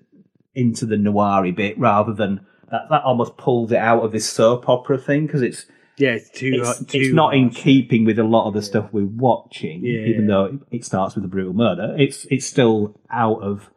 Speaker 6: into the noiry bit rather than That that almost pulls it out of this soap opera thing because it's
Speaker 7: Yeah, it's too.
Speaker 6: it's,
Speaker 7: hot- too
Speaker 6: it's not in
Speaker 7: harsh.
Speaker 6: keeping with a lot of the stuff we're watching.
Speaker 7: Yeah,
Speaker 6: even
Speaker 7: yeah.
Speaker 6: though it starts with a brutal murder, it's it's still out of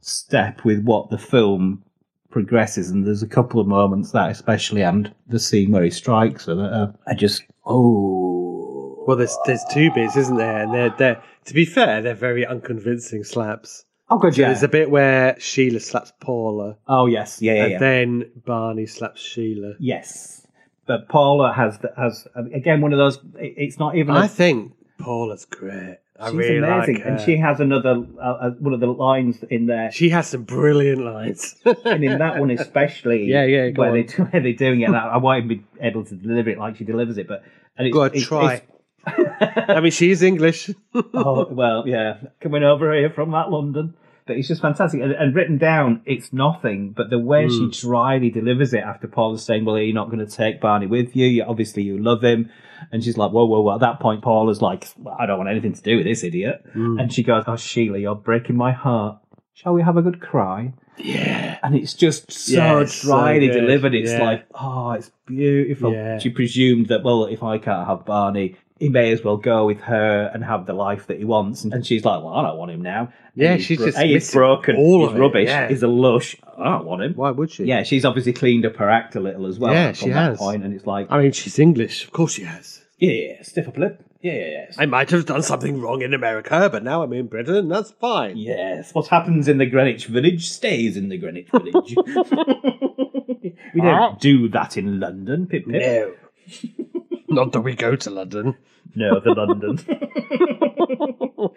Speaker 6: step with what the film progresses. And there's a couple of moments that, especially, and the scene where he strikes her, that are, are just oh.
Speaker 7: Well, there's there's two bits, isn't there? And they're they're to be fair, they're very unconvincing slaps.
Speaker 6: Oh god,
Speaker 7: So
Speaker 6: yeah.
Speaker 7: there's a bit where Sheila slaps Paula,
Speaker 6: oh yes, yeah, yeah.
Speaker 7: and
Speaker 6: yeah.
Speaker 7: then Barney slaps Sheila.
Speaker 6: yes, but Paula has the, has again one of those. it- It's not even. a-
Speaker 7: I think Paula's great. I
Speaker 6: she's
Speaker 7: really
Speaker 6: amazing,
Speaker 7: like her.
Speaker 6: and she has another uh, uh, one of the lines in there.
Speaker 7: She has some brilliant lines.
Speaker 6: and in that one especially,
Speaker 7: Yeah, yeah, go
Speaker 6: where
Speaker 7: on.
Speaker 6: they do, where they're doing it, and I, I won't be able to deliver it like she delivers it, but and it's,
Speaker 7: Go on,
Speaker 6: it's-
Speaker 7: try.
Speaker 6: it's-
Speaker 7: I mean, she's English.
Speaker 6: oh, well, yeah, coming over here from that London, but it's just fantastic. And, and written down, it's nothing, but the way
Speaker 7: Mm.
Speaker 6: she dryly delivers it after Paul is saying, "Well, are you not going to take Barney with you? you? Obviously, you love him," and she's like, "Whoa, whoa, whoa!" At that point, Paul is like, well, "I don't want anything to do with this idiot,"
Speaker 7: Mm.
Speaker 6: and she goes, "Oh, Sheila, you're breaking my heart." Shall we have a good cry?
Speaker 7: yeah.
Speaker 6: and it's just so
Speaker 7: Yeah, it's so
Speaker 6: dryly
Speaker 7: good.
Speaker 6: delivered. It's
Speaker 7: Yeah.
Speaker 6: like, oh, it's beautiful.
Speaker 7: Yeah.
Speaker 6: She presumed that, well, if I can't have Barney, he may as well go with her and have the life that he wants. And she's like, well, I don't want him now.
Speaker 7: Yeah,
Speaker 6: And he's
Speaker 7: she's just
Speaker 6: hey, he's
Speaker 7: missing
Speaker 6: broken.
Speaker 7: all
Speaker 6: he's
Speaker 7: of it,
Speaker 6: rubbish.
Speaker 7: yeah.
Speaker 6: He's a lush. I don't want him.
Speaker 7: Why would she?
Speaker 6: Yeah, she's obviously cleaned up her act a little as well.
Speaker 7: Yeah,
Speaker 6: from
Speaker 7: she
Speaker 6: that
Speaker 7: has.
Speaker 6: point, and it's like,
Speaker 7: I mean, she's English. Of course she has.
Speaker 6: yeah, yeah, yeah, stiff upper lip. Yeah, yeah, yeah.
Speaker 7: I might have done something wrong in America, but now I'm in Britain, and that's fine.
Speaker 6: Yes, what happens in the Greenwich Village stays in the Greenwich Village. we don't do that in London, Pip Pip.
Speaker 7: No. Not that we go to London.
Speaker 6: No, the London.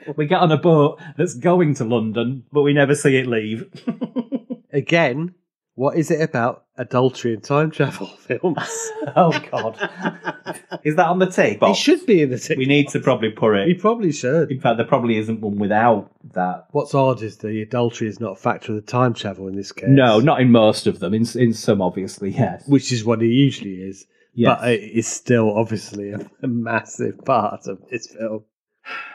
Speaker 6: we get on a boat that's going to London, but we never see it leave.
Speaker 7: Again, what is it about adultery and time travel films?
Speaker 6: oh God, is that on the tape? Oh.
Speaker 7: it should be in the tick.
Speaker 6: We need to probably put
Speaker 7: We
Speaker 6: it.
Speaker 7: probably should.
Speaker 6: In fact, there probably isn't one without that.
Speaker 7: What's odd is the adultery is not a factor of the time travel in this case.
Speaker 6: No, not in most of them. In in some, obviously, yes.
Speaker 7: Which is what it usually is.
Speaker 6: Yes.
Speaker 7: But it is still obviously a, a massive part of this film.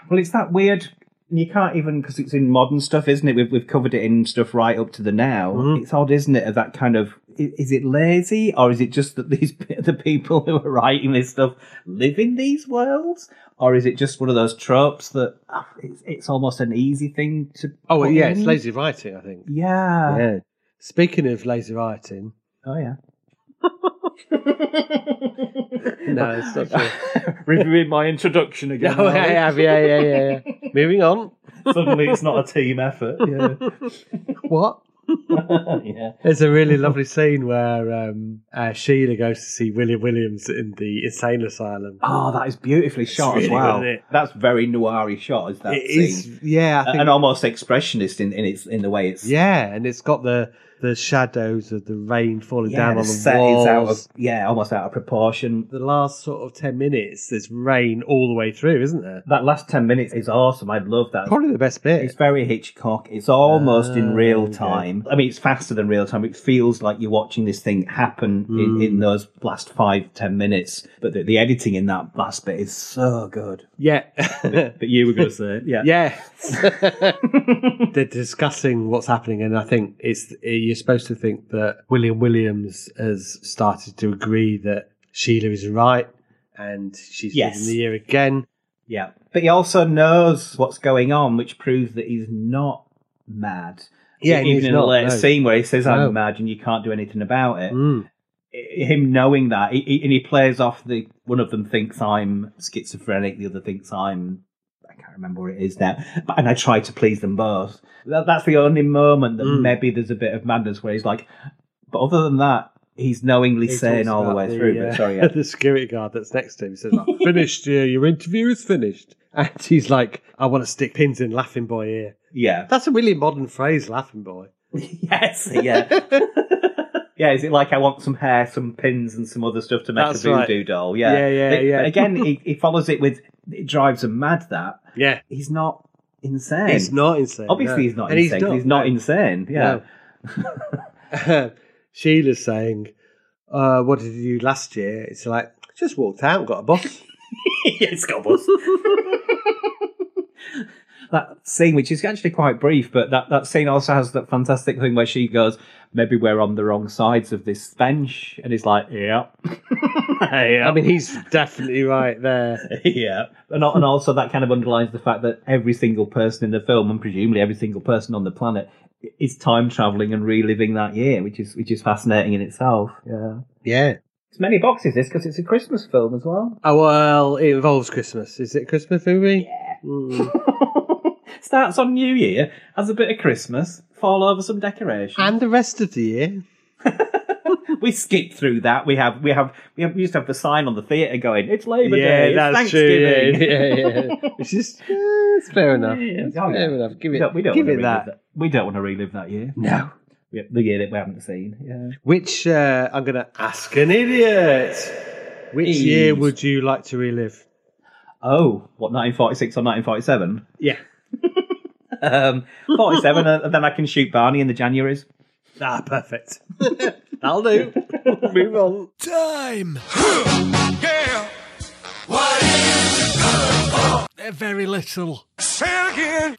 Speaker 6: Well, it's that weird. You can't even because it's in modern stuff, isn't it? We've we've covered it in stuff right up to the now.
Speaker 7: Mhm.
Speaker 6: It's odd, isn't it? Of that kind of i- is it lazy or is it just that these pe- the people who are writing this stuff live in these worlds, or is it just one of those tropes that ah, it's, it's almost an easy thing to?
Speaker 7: Oh, well,
Speaker 6: put
Speaker 7: yeah,
Speaker 6: in?
Speaker 7: it's lazy writing, I think.
Speaker 6: Yeah.
Speaker 7: Yeah. Speaking of lazy writing,
Speaker 6: Oh yeah.
Speaker 7: no, it's not true.
Speaker 6: Reviewing my introduction again.
Speaker 7: Oh,
Speaker 6: are we?
Speaker 7: yeah, yeah, yeah, yeah, yeah, yeah. Moving on.
Speaker 6: Suddenly, it's not a team effort. Yeah.
Speaker 7: What?
Speaker 6: yeah.
Speaker 7: There's a really lovely scene where um, uh, Sheila goes to see William Williams in the insane asylum.
Speaker 6: Oh, that is beautifully shot
Speaker 7: really
Speaker 6: as
Speaker 7: good,
Speaker 6: well.
Speaker 7: isn't it?
Speaker 6: That's very noiry shot, is that
Speaker 7: It
Speaker 6: scene? Uh,
Speaker 7: is, yeah, I
Speaker 6: A-
Speaker 7: think,
Speaker 6: and almost expressionist in, in its in the way it's
Speaker 7: yeah, and it's got the the shadows of the rain falling
Speaker 6: Yeah,
Speaker 7: down
Speaker 6: the
Speaker 7: on the
Speaker 6: set
Speaker 7: walls.
Speaker 6: is out of yeah, almost out of proportion.
Speaker 7: The last sort of ten minutes, there's rain all the way through, isn't there?
Speaker 6: That last ten minutes is awesome. I love that.
Speaker 7: Probably the best bit.
Speaker 6: It's very Hitchcock. It's almost in
Speaker 7: Ah,
Speaker 6: real
Speaker 7: okay.
Speaker 6: time. I mean, it's faster than real time. It feels like you're watching this thing happen
Speaker 7: Hmm.
Speaker 6: in, in those last five ten minutes. But the, the editing in that last bit is so good.
Speaker 7: yeah,
Speaker 6: But you were going to say, it, yeah,
Speaker 7: yeah. They're discussing what's happening, and I think it's you're supposed to think that William Williams has started to agree that Sheila is right, and she's
Speaker 6: Yes.
Speaker 7: in the ear again.
Speaker 6: Yeah. But he also knows what's going on, which proves that he's not mad.
Speaker 7: Yeah,
Speaker 6: E-
Speaker 7: and
Speaker 6: even
Speaker 7: he's
Speaker 6: in
Speaker 7: not,
Speaker 6: the later
Speaker 7: no.
Speaker 6: scene where he says, "I'm
Speaker 7: No.
Speaker 6: mad," and you can't do anything about it.
Speaker 7: Mm.
Speaker 6: I- Him knowing that, he, he- and he plays off the one of them thinks I'm schizophrenic, the other thinks I'm. I can't remember what it is now, but and I try to please them both. That, that's the only moment that
Speaker 7: Mm.
Speaker 6: maybe there's a bit of madness where he's like, but other than that, he's knowingly
Speaker 7: He
Speaker 6: saying
Speaker 7: talks
Speaker 6: all the
Speaker 7: about
Speaker 6: way through.
Speaker 7: uh,
Speaker 6: But sorry, yeah.
Speaker 7: the security guard that's next to him says, "I've "Finished, yeah, your interview is finished." And he's like, "I want to stick pins in Laughing Boy here."
Speaker 6: yeah.
Speaker 7: That's a really modern phrase, Laughing Boy.
Speaker 6: Yes, yeah. yeah, is it like I want some hair, some pins, and some other stuff to make
Speaker 7: That's
Speaker 6: a voodoo
Speaker 7: right.
Speaker 6: doll? Yeah,
Speaker 7: Yeah, yeah,
Speaker 6: But-
Speaker 7: yeah.
Speaker 6: But again, he, he follows it with it drives him mad that
Speaker 7: Yeah,
Speaker 6: he's not insane.
Speaker 7: he's not insane.
Speaker 6: Obviously,
Speaker 7: no.
Speaker 6: he's not
Speaker 7: And
Speaker 6: insane. 'cause He's not,
Speaker 7: no.
Speaker 6: insane. Yeah.
Speaker 7: No. Um, Sheila's saying, uh, "What did you do last year?" It's like just walked out, got a bus.
Speaker 6: it's got us. that scene, which is actually quite brief, but that, that scene also has that fantastic thing where she goes, maybe we're on the wrong sides of this bench. And he's like, yeah. yeah.
Speaker 7: I mean, he's definitely right there.
Speaker 6: yeah. And, al- and also that kind of underlines the fact that every single person in the film, and presumably every single person on the planet, i- is time traveling and reliving that year, which is which is fascinating in itself. Yeah.
Speaker 7: Yeah.
Speaker 6: It's many boxes, this, because it's a Christmas film as well.
Speaker 7: Oh well, it involves Christmas. Is it a Christmas movie? Mm.
Speaker 6: Starts on New Year, has a bit of Christmas, fall over some decorations.
Speaker 7: And the rest of the year.
Speaker 6: we skip through that. We have we have we, have, we used to have the sign on the theatre going, "It's Labour Day, it's Thanksgiving."
Speaker 7: Yeah, yeah, yeah. It's just yeah, it's fair enough.
Speaker 6: Yeah, oh,
Speaker 7: It's
Speaker 6: yeah.
Speaker 7: fair enough. Give
Speaker 6: We
Speaker 7: it.
Speaker 6: don't, we don't
Speaker 7: give
Speaker 6: want
Speaker 7: it
Speaker 6: to
Speaker 7: that.
Speaker 6: relive We don't want to relive that year.
Speaker 7: No.
Speaker 6: Yeah, The year that we haven't seen. Yeah.
Speaker 7: Which uh, I'm gonna ask an idiot. Which
Speaker 6: Is-
Speaker 7: year would you like to relive?
Speaker 6: Oh, what 1946 or 1947?
Speaker 7: Yeah.
Speaker 6: Um, 47, and then I can shoot Barney in the Januaries.
Speaker 7: Ah, perfect. That'll do. Move on.
Speaker 8: Time! They're very little.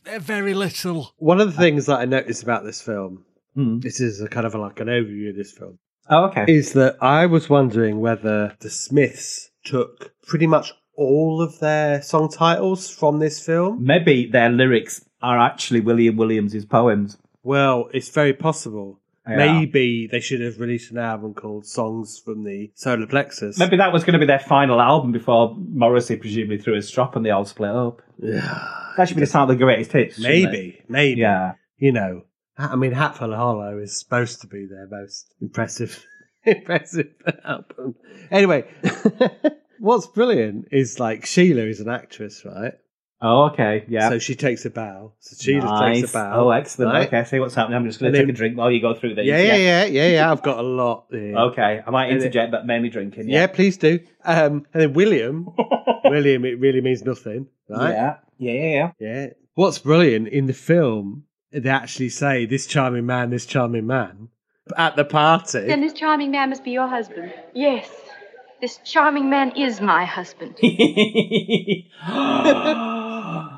Speaker 8: They're very little.
Speaker 7: One of the things that I noticed about this film,
Speaker 6: Hmm.
Speaker 7: this is a kind of like an overview of this film,
Speaker 6: Oh, okay.
Speaker 7: is that I was wondering whether the Smiths took pretty much all of their song titles from this film.
Speaker 6: Maybe their lyrics are actually William Williams's poems.
Speaker 7: Well, it's very possible.
Speaker 6: Yeah.
Speaker 7: Maybe they should have released an album called Songs from the Solar Plexus.
Speaker 6: Maybe that was going to be their final album before Morrissey presumably threw his strop and they all split up.
Speaker 7: Yeah.
Speaker 6: That should be the sound of the greatest hits. shouldn't it?
Speaker 7: Maybe. Maybe.
Speaker 6: Yeah.
Speaker 7: You know, I mean, Hatful of Hollow is supposed to be their most impressive, impressive album. Anyway, what's brilliant is like Sheila is an actress, right?
Speaker 6: Oh, okay. Yeah.
Speaker 7: So she takes a bow. So Sheila
Speaker 6: nice.
Speaker 7: takes a bow.
Speaker 6: Oh, excellent.
Speaker 7: right?
Speaker 6: Okay, I see what's happening. I'm just going
Speaker 7: And
Speaker 6: to take
Speaker 7: then-
Speaker 6: a drink while you go through these.
Speaker 7: Yeah, yeah, yeah, yeah, yeah. I've got a lot. Here.
Speaker 6: Okay, I might
Speaker 7: And then-
Speaker 6: interject, but mainly drinking.
Speaker 7: Yeah,
Speaker 6: Yeah.
Speaker 7: please do. Um, and then William, William, it really means nothing, right?
Speaker 6: Yeah. Yeah, yeah, yeah.
Speaker 7: Yeah. What's brilliant in the film, they actually say this charming man, this charming man at the party.
Speaker 4: Then this charming man must be your husband. Yes. This charming man is my husband.
Speaker 6: yeah.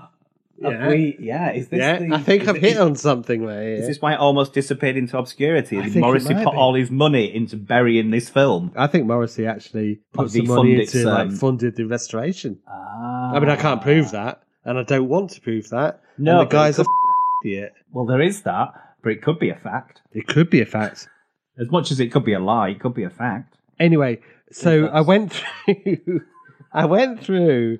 Speaker 7: Yeah.
Speaker 6: We, yeah, is this
Speaker 7: yeah,
Speaker 6: the-
Speaker 7: I think
Speaker 6: is
Speaker 7: I've
Speaker 6: it-
Speaker 7: hit
Speaker 6: is-
Speaker 7: on something there.
Speaker 6: Is
Speaker 7: yeah.
Speaker 6: this why it almost disappeared into obscurity?
Speaker 7: I
Speaker 6: Did
Speaker 7: think it
Speaker 6: Morrissey
Speaker 7: might
Speaker 6: put
Speaker 7: be.
Speaker 6: all his money into burying this film?
Speaker 7: I think Morrissey actually put
Speaker 6: Probably
Speaker 7: some money
Speaker 6: funded
Speaker 7: into like
Speaker 6: some-
Speaker 7: funded the restoration.
Speaker 6: Ah.
Speaker 7: I mean, I can't prove that, and I don't want to prove that.
Speaker 6: No,
Speaker 7: and
Speaker 6: but
Speaker 7: the guy's
Speaker 6: it
Speaker 7: a idiot.
Speaker 6: Well, there is that, but it could be a fact.
Speaker 7: It could be a fact.
Speaker 6: As much as it could be a lie, it could be a fact.
Speaker 7: Anyway, so
Speaker 6: facts.
Speaker 7: I went through. I went through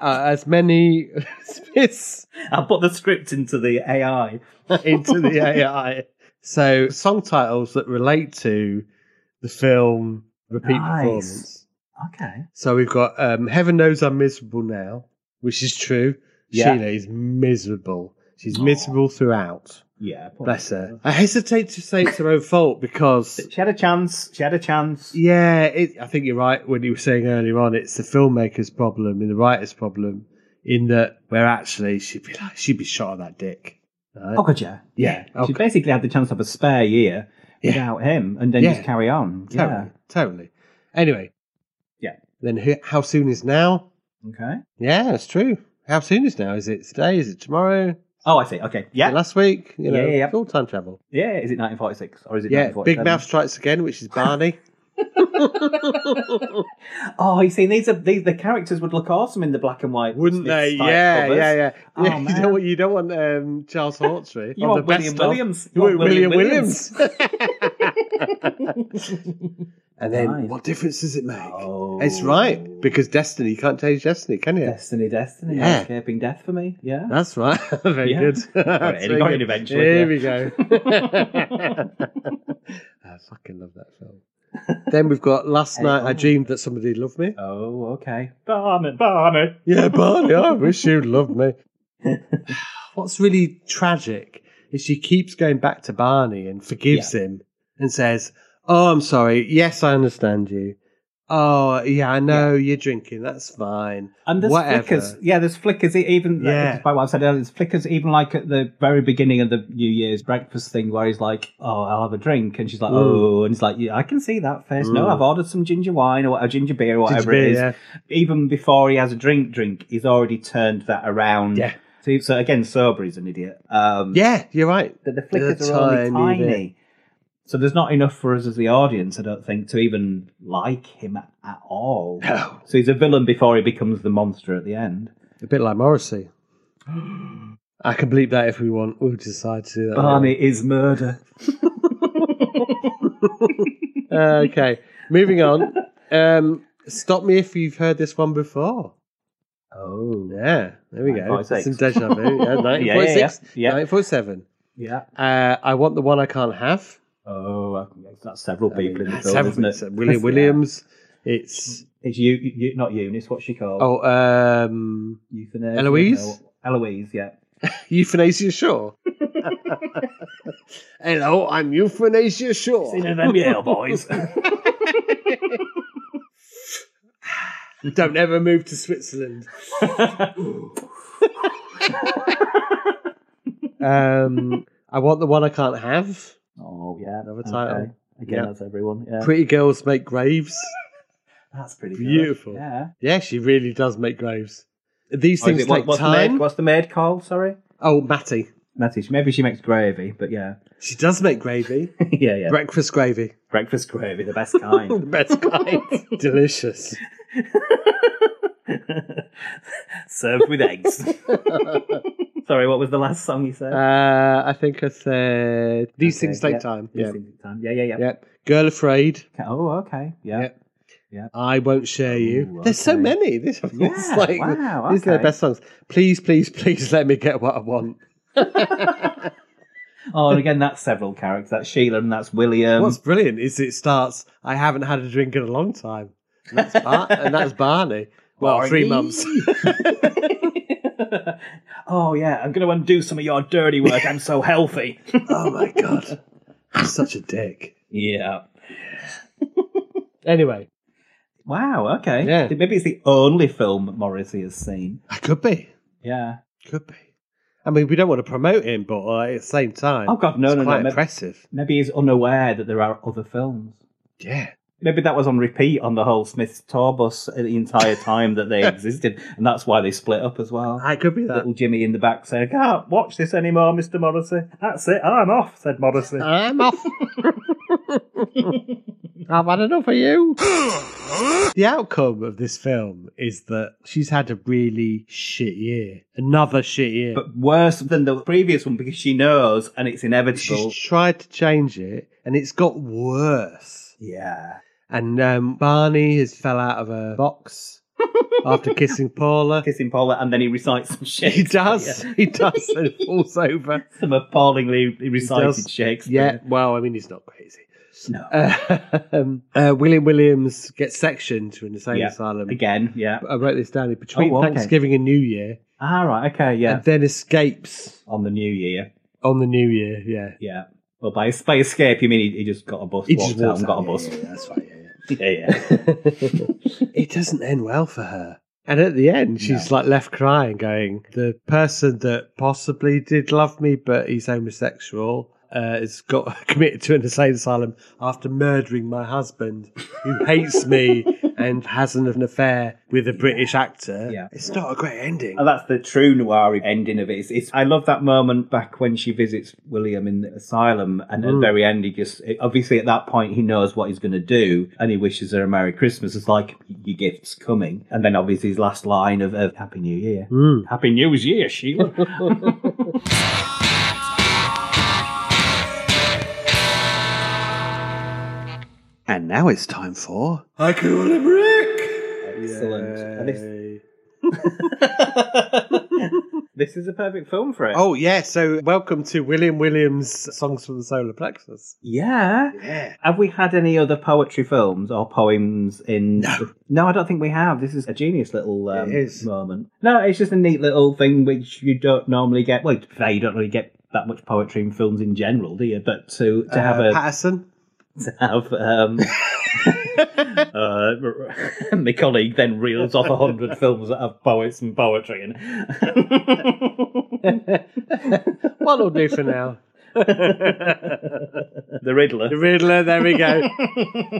Speaker 7: uh, as many Smiths
Speaker 6: I'll put the script into the AI.
Speaker 7: into the AI. So song titles that relate to the film repeat
Speaker 6: Nice.
Speaker 7: performance.
Speaker 6: Okay.
Speaker 7: So we've got um, Heaven Knows I'm Miserable Now, which is true.
Speaker 6: Yeah.
Speaker 7: Sheila is miserable. She's miserable throughout.
Speaker 6: Yeah. put-
Speaker 7: Bless her. I hesitate to say it's her own fault because,
Speaker 6: She had a chance. She had a chance.
Speaker 7: yeah, it, I think you're right when you were saying earlier on, it's the filmmaker's problem and the writer's problem in that where actually she'd be like, she'd be shot at that dick. Right?
Speaker 6: Oh, God, yeah.
Speaker 7: Yeah.
Speaker 6: She
Speaker 7: Okay.
Speaker 6: basically had the chance to have a spare year
Speaker 7: Yeah.
Speaker 6: without him and then
Speaker 7: Yeah.
Speaker 6: just carry on.
Speaker 7: Totally, totally. Anyway.
Speaker 6: Yeah.
Speaker 7: Then who, how soon is now?
Speaker 6: Yeah. Okay.
Speaker 7: Yeah, it's true. How soon is now? Is it today? Is it tomorrow?
Speaker 6: Oh, I see. Okay. Yeah.
Speaker 7: Is it last week? You know,
Speaker 6: Yeah, yeah, yeah.
Speaker 7: it's all time travel.
Speaker 6: Yeah. Is it 1946 or is it
Speaker 7: Yeah,
Speaker 6: 1947?
Speaker 7: Big Mouth strikes again, which is Barney.
Speaker 6: Oh, you see, these are these the characters would look awesome in the black and white.
Speaker 7: Wouldn't they?
Speaker 6: Smiths type
Speaker 7: Yeah, yeah,
Speaker 6: covers.
Speaker 7: yeah,
Speaker 6: Oh,
Speaker 7: yeah. you,
Speaker 6: man.
Speaker 7: don't want, you don't want um, Charles Hawtrey.
Speaker 6: You
Speaker 7: on
Speaker 6: want
Speaker 7: the
Speaker 6: William
Speaker 7: best of.
Speaker 6: Williams.
Speaker 7: You want William Williams. and then,
Speaker 6: Nice.
Speaker 7: what difference does it make?
Speaker 6: Oh.
Speaker 7: It's right, because destiny, you can't change destiny, can you?
Speaker 6: Destiny, destiny,
Speaker 7: Yeah.
Speaker 6: escaping death for me. Yeah.
Speaker 7: That's right. Very
Speaker 6: Yeah.
Speaker 7: good.
Speaker 6: Got
Speaker 7: That's
Speaker 6: it,
Speaker 7: very
Speaker 6: got
Speaker 7: good.
Speaker 6: it eventually,
Speaker 7: Here
Speaker 6: yeah.
Speaker 7: we go. I fucking love that film. Then we've got Last
Speaker 6: Hey,
Speaker 7: Night I
Speaker 6: oh.
Speaker 7: Dreamed That Somebody Loved Me.
Speaker 6: Oh, okay. Barney, Barney.
Speaker 7: Yeah, Barney, I wish you loved me. What's really tragic is she keeps going back to Barney and forgives him and says, Oh, I'm sorry. Yes, I understand you. Oh, yeah, I know you're drinking. That's fine.
Speaker 6: And there's
Speaker 7: Whatever.
Speaker 6: flickers. Yeah, there's flickers. e- Even
Speaker 7: Yeah.
Speaker 6: yeah. by what I've said earlier, there's flickers. Even like at the very beginning of the New Year's breakfast thing, where he's like, "Oh, I'll have a drink," and she's like,
Speaker 7: Mm.
Speaker 6: "Oh," and he's like, "Yeah, I can see that face. No,
Speaker 7: Mm.
Speaker 6: I've ordered some ginger wine or whatever, ginger beer or
Speaker 7: Ginger
Speaker 6: whatever
Speaker 7: beer,
Speaker 6: it is."
Speaker 7: yeah.
Speaker 6: Even before he has a drink, drink, he's already turned that around.
Speaker 7: Yeah.
Speaker 6: perspective. So again, Sober's an idiot. Um,
Speaker 7: Yeah, you're right.
Speaker 6: But the flickers
Speaker 7: They're
Speaker 6: are only
Speaker 7: tiny
Speaker 6: tiny.
Speaker 7: bit.
Speaker 6: So there's not enough for us as the audience, I don't think, to even like him at, at all.
Speaker 7: No.
Speaker 6: So he's a villain before he becomes the monster at the end.
Speaker 7: A bit like Morrissey. I can bleep that if we want. We'll decide to do that.
Speaker 6: Barney is murder.
Speaker 7: Uh, okay, moving on. Um, stop me if you've heard this one before.
Speaker 6: Oh.
Speaker 7: Yeah, there we go.
Speaker 6: 946.
Speaker 7: Some deja vu. Yeah, 1946,
Speaker 6: Yeah, yeah, yeah.
Speaker 7: 1947.
Speaker 6: Yeah.
Speaker 7: Uh, I want the one I can't have.
Speaker 6: Oh, I- that's several
Speaker 7: I mean,
Speaker 6: people in the
Speaker 7: that's
Speaker 6: film, isn't
Speaker 7: everything.
Speaker 6: it?
Speaker 7: So William Williams. It's
Speaker 6: It's you, you, not Eunice. What's she called?
Speaker 7: oh, um,
Speaker 6: euthanasia.
Speaker 7: Eloise?
Speaker 6: no, Eloise, yeah.
Speaker 7: euthanasia Shaw. Hello, I'm euthanasia Shaw.
Speaker 6: boys.
Speaker 7: Don't ever move to Switzerland. um, I want the one I can't have.
Speaker 6: oh, yeah.
Speaker 7: Another title.
Speaker 6: Okay. Again,
Speaker 7: Yeah.
Speaker 6: that's everyone. Yeah.
Speaker 7: Pretty girls make graves.
Speaker 6: that's pretty good.
Speaker 7: beautiful.
Speaker 6: Yeah.
Speaker 7: Yeah, she really does make graves. These
Speaker 6: Oh, is
Speaker 7: things
Speaker 6: it- what-
Speaker 7: take
Speaker 6: what's, the
Speaker 7: time.
Speaker 6: maid, what's the maid called? Sorry,
Speaker 7: oh, Matty,
Speaker 6: Matty. she- Maybe she makes gravy, but yeah,
Speaker 7: she does make gravy.
Speaker 6: yeah, yeah.
Speaker 7: Breakfast gravy,
Speaker 6: Breakfast gravy, the best
Speaker 7: the
Speaker 6: kind.
Speaker 7: best kind. Delicious.
Speaker 6: Served with eggs. Sorry, what was the last song you said?
Speaker 7: Uh, I think I said these
Speaker 6: Okay,
Speaker 7: things take
Speaker 6: yeah.
Speaker 7: time.
Speaker 6: These
Speaker 7: Yeah.
Speaker 6: things take time. Yeah, yeah, yeah.
Speaker 7: Yep. Girl afraid.
Speaker 6: Okay. Oh, okay. Yeah.
Speaker 7: Yeah. I won't share you.
Speaker 6: Ooh,
Speaker 7: There's so
Speaker 6: okay.
Speaker 7: many. This is
Speaker 6: Yeah,
Speaker 7: like
Speaker 6: wow,
Speaker 7: these are the
Speaker 6: okay.
Speaker 7: best songs. Please, please, please let me get what I want.
Speaker 6: Oh, and again, that's several characters. That's Sheila and that's William.
Speaker 7: What's brilliant is it starts. I haven't had a drink in a long time. And that's, Bar- and that's Barney. Well, three months.
Speaker 6: oh yeah, I'm going to undo some of your dirty work. I'm so healthy.
Speaker 7: oh my god, I'm such a dick.
Speaker 6: yeah.
Speaker 7: Anyway,
Speaker 6: Wow. Okay.
Speaker 7: Yeah.
Speaker 6: Maybe it's the only film Morrissey has seen.
Speaker 7: I could be,
Speaker 6: Yeah.
Speaker 7: could be. I mean, we don't want to promote him, but uh, at the same time,
Speaker 6: Oh God, no,
Speaker 7: it's
Speaker 6: no,
Speaker 7: quite
Speaker 6: no. Maybe,
Speaker 7: impressive.
Speaker 6: maybe he's unaware that there are other films.
Speaker 7: Yeah,
Speaker 6: Maybe that was on repeat on the whole Smith's tour bus the entire time that they existed, and that's why they split up as well.
Speaker 7: I could be that.
Speaker 6: Little Jimmy in the back said, I can't watch this anymore, Mr. Morrissey. That's it, I'm off, said Morrissey.
Speaker 7: I'm off. I've had enough of you. the outcome of this film is that she's had a really shit year. Another shit year.
Speaker 6: but worse than the previous one because she knows and it's
Speaker 7: she's
Speaker 6: inevitable.
Speaker 7: tried to change it and it's got worse.
Speaker 6: Yeah.
Speaker 7: And um, Barney has fell out of a box after kissing Paula.
Speaker 6: Kissing Paula and then he recites some shit.
Speaker 7: He does.
Speaker 6: Yeah.
Speaker 7: He does. and it falls over.
Speaker 6: Some appallingly recited
Speaker 7: does. Yeah.
Speaker 6: Shakespeare.
Speaker 7: Well, I mean, he's not crazy.
Speaker 6: No.
Speaker 7: um, uh, William Williams gets sectioned to an insane
Speaker 6: Yeah,
Speaker 7: asylum.
Speaker 6: Again, yeah.
Speaker 7: I wrote this down between
Speaker 6: Oh, okay.
Speaker 7: Thanksgiving and New Year,
Speaker 6: Ah, right, okay, yeah.
Speaker 7: and then escapes
Speaker 6: On the new year,
Speaker 7: on the New Year. Yeah,
Speaker 6: yeah. Well, by, by escape, you mean he, he just got a bus, walked out
Speaker 7: walks
Speaker 6: and got
Speaker 7: out.
Speaker 6: a bus.
Speaker 7: Yeah, yeah, that's right. Yeah,
Speaker 6: Yeah, yeah.
Speaker 7: yeah. it doesn't end well for her, and at the end, she's like left crying, going, "The person that possibly did love me, but he's homosexual." Uh, has got committed to an insane asylum after murdering my husband, who hates me and has an affair with a British actor.
Speaker 6: Yeah.
Speaker 7: It's not a great ending.
Speaker 6: And that's the true noir ending of it. It's, it's, I love that moment back when she visits William in the asylum, and at the very end, he just obviously at that point he knows what he's going to do, and he wishes her a Merry Christmas. It's like your gift's coming, and then obviously his last line of, of Happy New Year, Happy New Year, Sheila.
Speaker 7: And now it's time for
Speaker 8: I call him Rick.
Speaker 6: Excellent. And this, this is a perfect film for it.
Speaker 7: Oh yeah, so welcome to William Williams' Songs from the Solar Plexus.
Speaker 6: yeah.
Speaker 7: Yeah.
Speaker 6: Have we had any other poetry films or poems in? No, I don't think we have. This is a genius little um,
Speaker 7: It is.
Speaker 6: moment. No, it's just a neat little thing which you don't normally get. Well, to be fair, you don't really get that much poetry in films in general, do you? But to
Speaker 7: Uh,
Speaker 6: to have a
Speaker 7: Patterson.
Speaker 6: to have um, uh, my colleague then reels off a hundred films that have poets and poetry in.
Speaker 7: What'll do for now.
Speaker 6: the Riddler.
Speaker 7: The Riddler, there we go.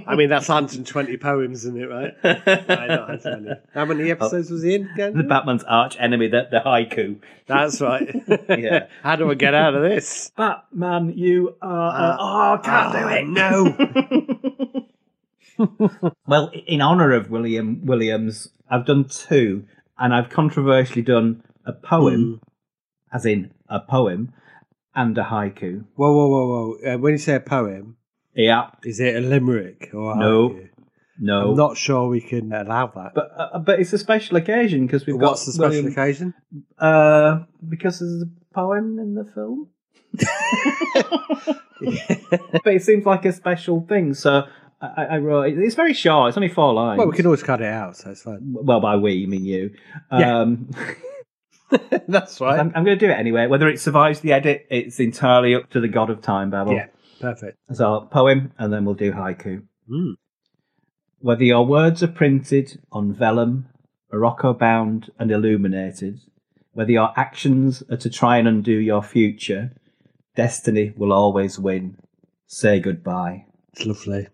Speaker 7: I mean, that's 120 poems, isn't it, right? No, not 120. How many episodes was he in
Speaker 6: The
Speaker 7: again?
Speaker 6: Batman's arch enemy, the, the haiku.
Speaker 7: That's right.
Speaker 6: Yeah.
Speaker 7: How do I get out of this?
Speaker 6: Batman, you are. a- oh, I can't do it.
Speaker 7: No.
Speaker 6: Well, in honor of William Williams, I've done two, and I've controversially done a poem, as in a poem, and a haiku.
Speaker 7: Whoa, whoa, whoa, whoa. Uh, when you say a poem,
Speaker 6: Yeah,
Speaker 7: is it a limerick or a
Speaker 6: No.
Speaker 7: haiku?
Speaker 6: no,
Speaker 7: I'm not sure we can allow that.
Speaker 6: but uh, but it's a special occasion because we've
Speaker 7: What's
Speaker 6: got
Speaker 7: the special
Speaker 6: William-
Speaker 7: occasion?
Speaker 6: Uh, because there's a poem in the film. but it seems like a special thing, so I, I- I wrote. It's very short. It's only four lines.
Speaker 7: Well, we can always cut it out, so it's fine.
Speaker 6: Well, by we, you mean you.
Speaker 7: Yeah.
Speaker 6: Um,
Speaker 7: That's right.
Speaker 6: I'm, I'm going to do it anyway. Whether it survives the edit, it's entirely up to the god of time, Babel.
Speaker 7: Yeah, perfect.
Speaker 6: So poem, and then we'll do haiku.
Speaker 7: Mm.
Speaker 6: Whether your words are printed on vellum, morocco bound and illuminated, whether your actions are to try and undo your future, destiny will always win. Say goodbye.
Speaker 7: It's lovely.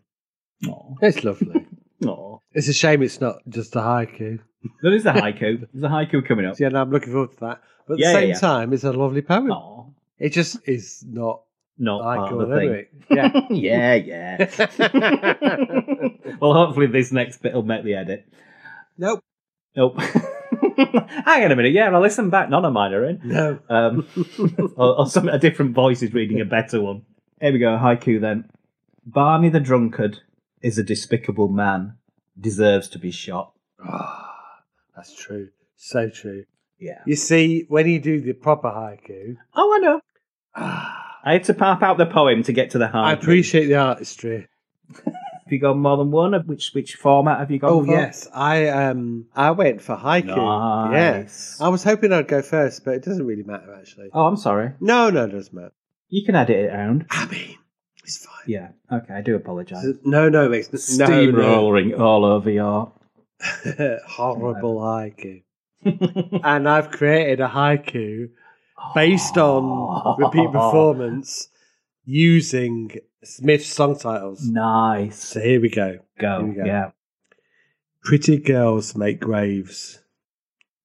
Speaker 6: Aw.
Speaker 7: It's lovely.
Speaker 6: Aw.
Speaker 7: it's a shame it's not just a haiku.
Speaker 6: There is a haiku. There's a haiku coming up.
Speaker 7: Yeah, no, I'm looking forward to that. But at
Speaker 6: Yeah,
Speaker 7: the
Speaker 6: yeah,
Speaker 7: same
Speaker 6: yeah.
Speaker 7: time, it's a lovely poem.
Speaker 6: Aw.
Speaker 7: It just is not
Speaker 6: Not part of
Speaker 7: haiku or
Speaker 6: the thing.
Speaker 7: lyric. Yeah.
Speaker 6: yeah, yeah. well, hopefully this next bit will make the edit.
Speaker 7: Nope.
Speaker 6: Nope. Hang on a minute. Yeah, I'll listen back. None of mine are in.
Speaker 7: No.
Speaker 6: Um, or, or some, a different voice is reading a better one. Here we go. Haiku then. Barney the drunkard is a despicable man. Deserves to be shot.
Speaker 7: Ah, that's true. So true.
Speaker 6: Yeah.
Speaker 7: You see, when you do the proper haiku,
Speaker 6: Oh, I know.
Speaker 7: ah,
Speaker 6: I had to pop out the poem to get to the haiku.
Speaker 7: I appreciate the artistry.
Speaker 6: Have you gone more than one? Of Which which format have you gone?
Speaker 7: Oh
Speaker 6: for?
Speaker 7: yes, I um, I went for haiku.
Speaker 6: Nice.
Speaker 7: Yeah, I was hoping I'd go first, but it doesn't really matter actually.
Speaker 6: Oh, I'm sorry.
Speaker 7: No, no, it doesn't matter.
Speaker 6: You can edit it around.
Speaker 7: I mean, it's fine.
Speaker 6: Yeah. Okay. I do apologise.
Speaker 7: No, no, it makes no, no,
Speaker 6: Steamrolling all over your.
Speaker 7: horrible haiku. and I've created a haiku based
Speaker 6: Oh.
Speaker 7: on repeat performance using Smith's song titles.
Speaker 6: Nice.
Speaker 7: So here we go.
Speaker 6: Go.
Speaker 7: Here we go.
Speaker 6: Yeah.
Speaker 7: Pretty girls make graves.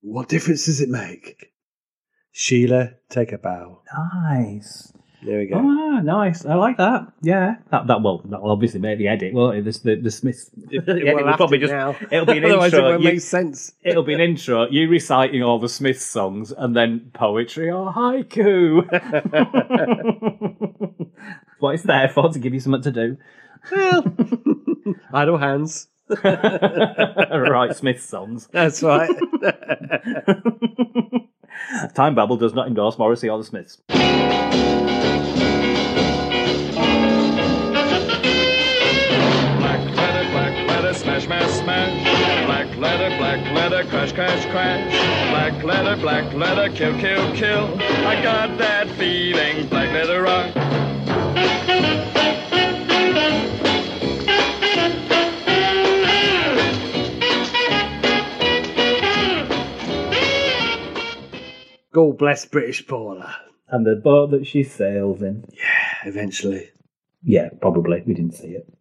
Speaker 7: What difference does it make? Sheila, take a bow.
Speaker 6: Nice.
Speaker 7: There we go.
Speaker 6: Ah, nice. I like that. Yeah. That that will that will obviously make the edit. Well, this the the Smith. the edit will
Speaker 7: We'll have
Speaker 6: probably
Speaker 7: to
Speaker 6: just-
Speaker 7: now.
Speaker 6: it'll be an
Speaker 7: Otherwise,
Speaker 6: intro.
Speaker 7: it won't
Speaker 6: You-
Speaker 7: make sense.
Speaker 6: It'll be an intro, you reciting all the Smith songs, and then poetry or haiku. what it's there for to give you something to do.
Speaker 7: Well, idle hands.
Speaker 6: right, Smith songs.
Speaker 7: That's right.
Speaker 6: Time Babble does not endorse Morrissey or the Smiths.
Speaker 11: Black letter, black letter, smash, smash, smash. Black letter, black letter, crash, crash, crash. Black letter, black letter, kill, kill, kill. I got that feeling, black letter rock.
Speaker 7: God bless British baller.
Speaker 6: And the boat that she sails in.
Speaker 7: Eventually.
Speaker 6: Yeah, probably. We didn't see it.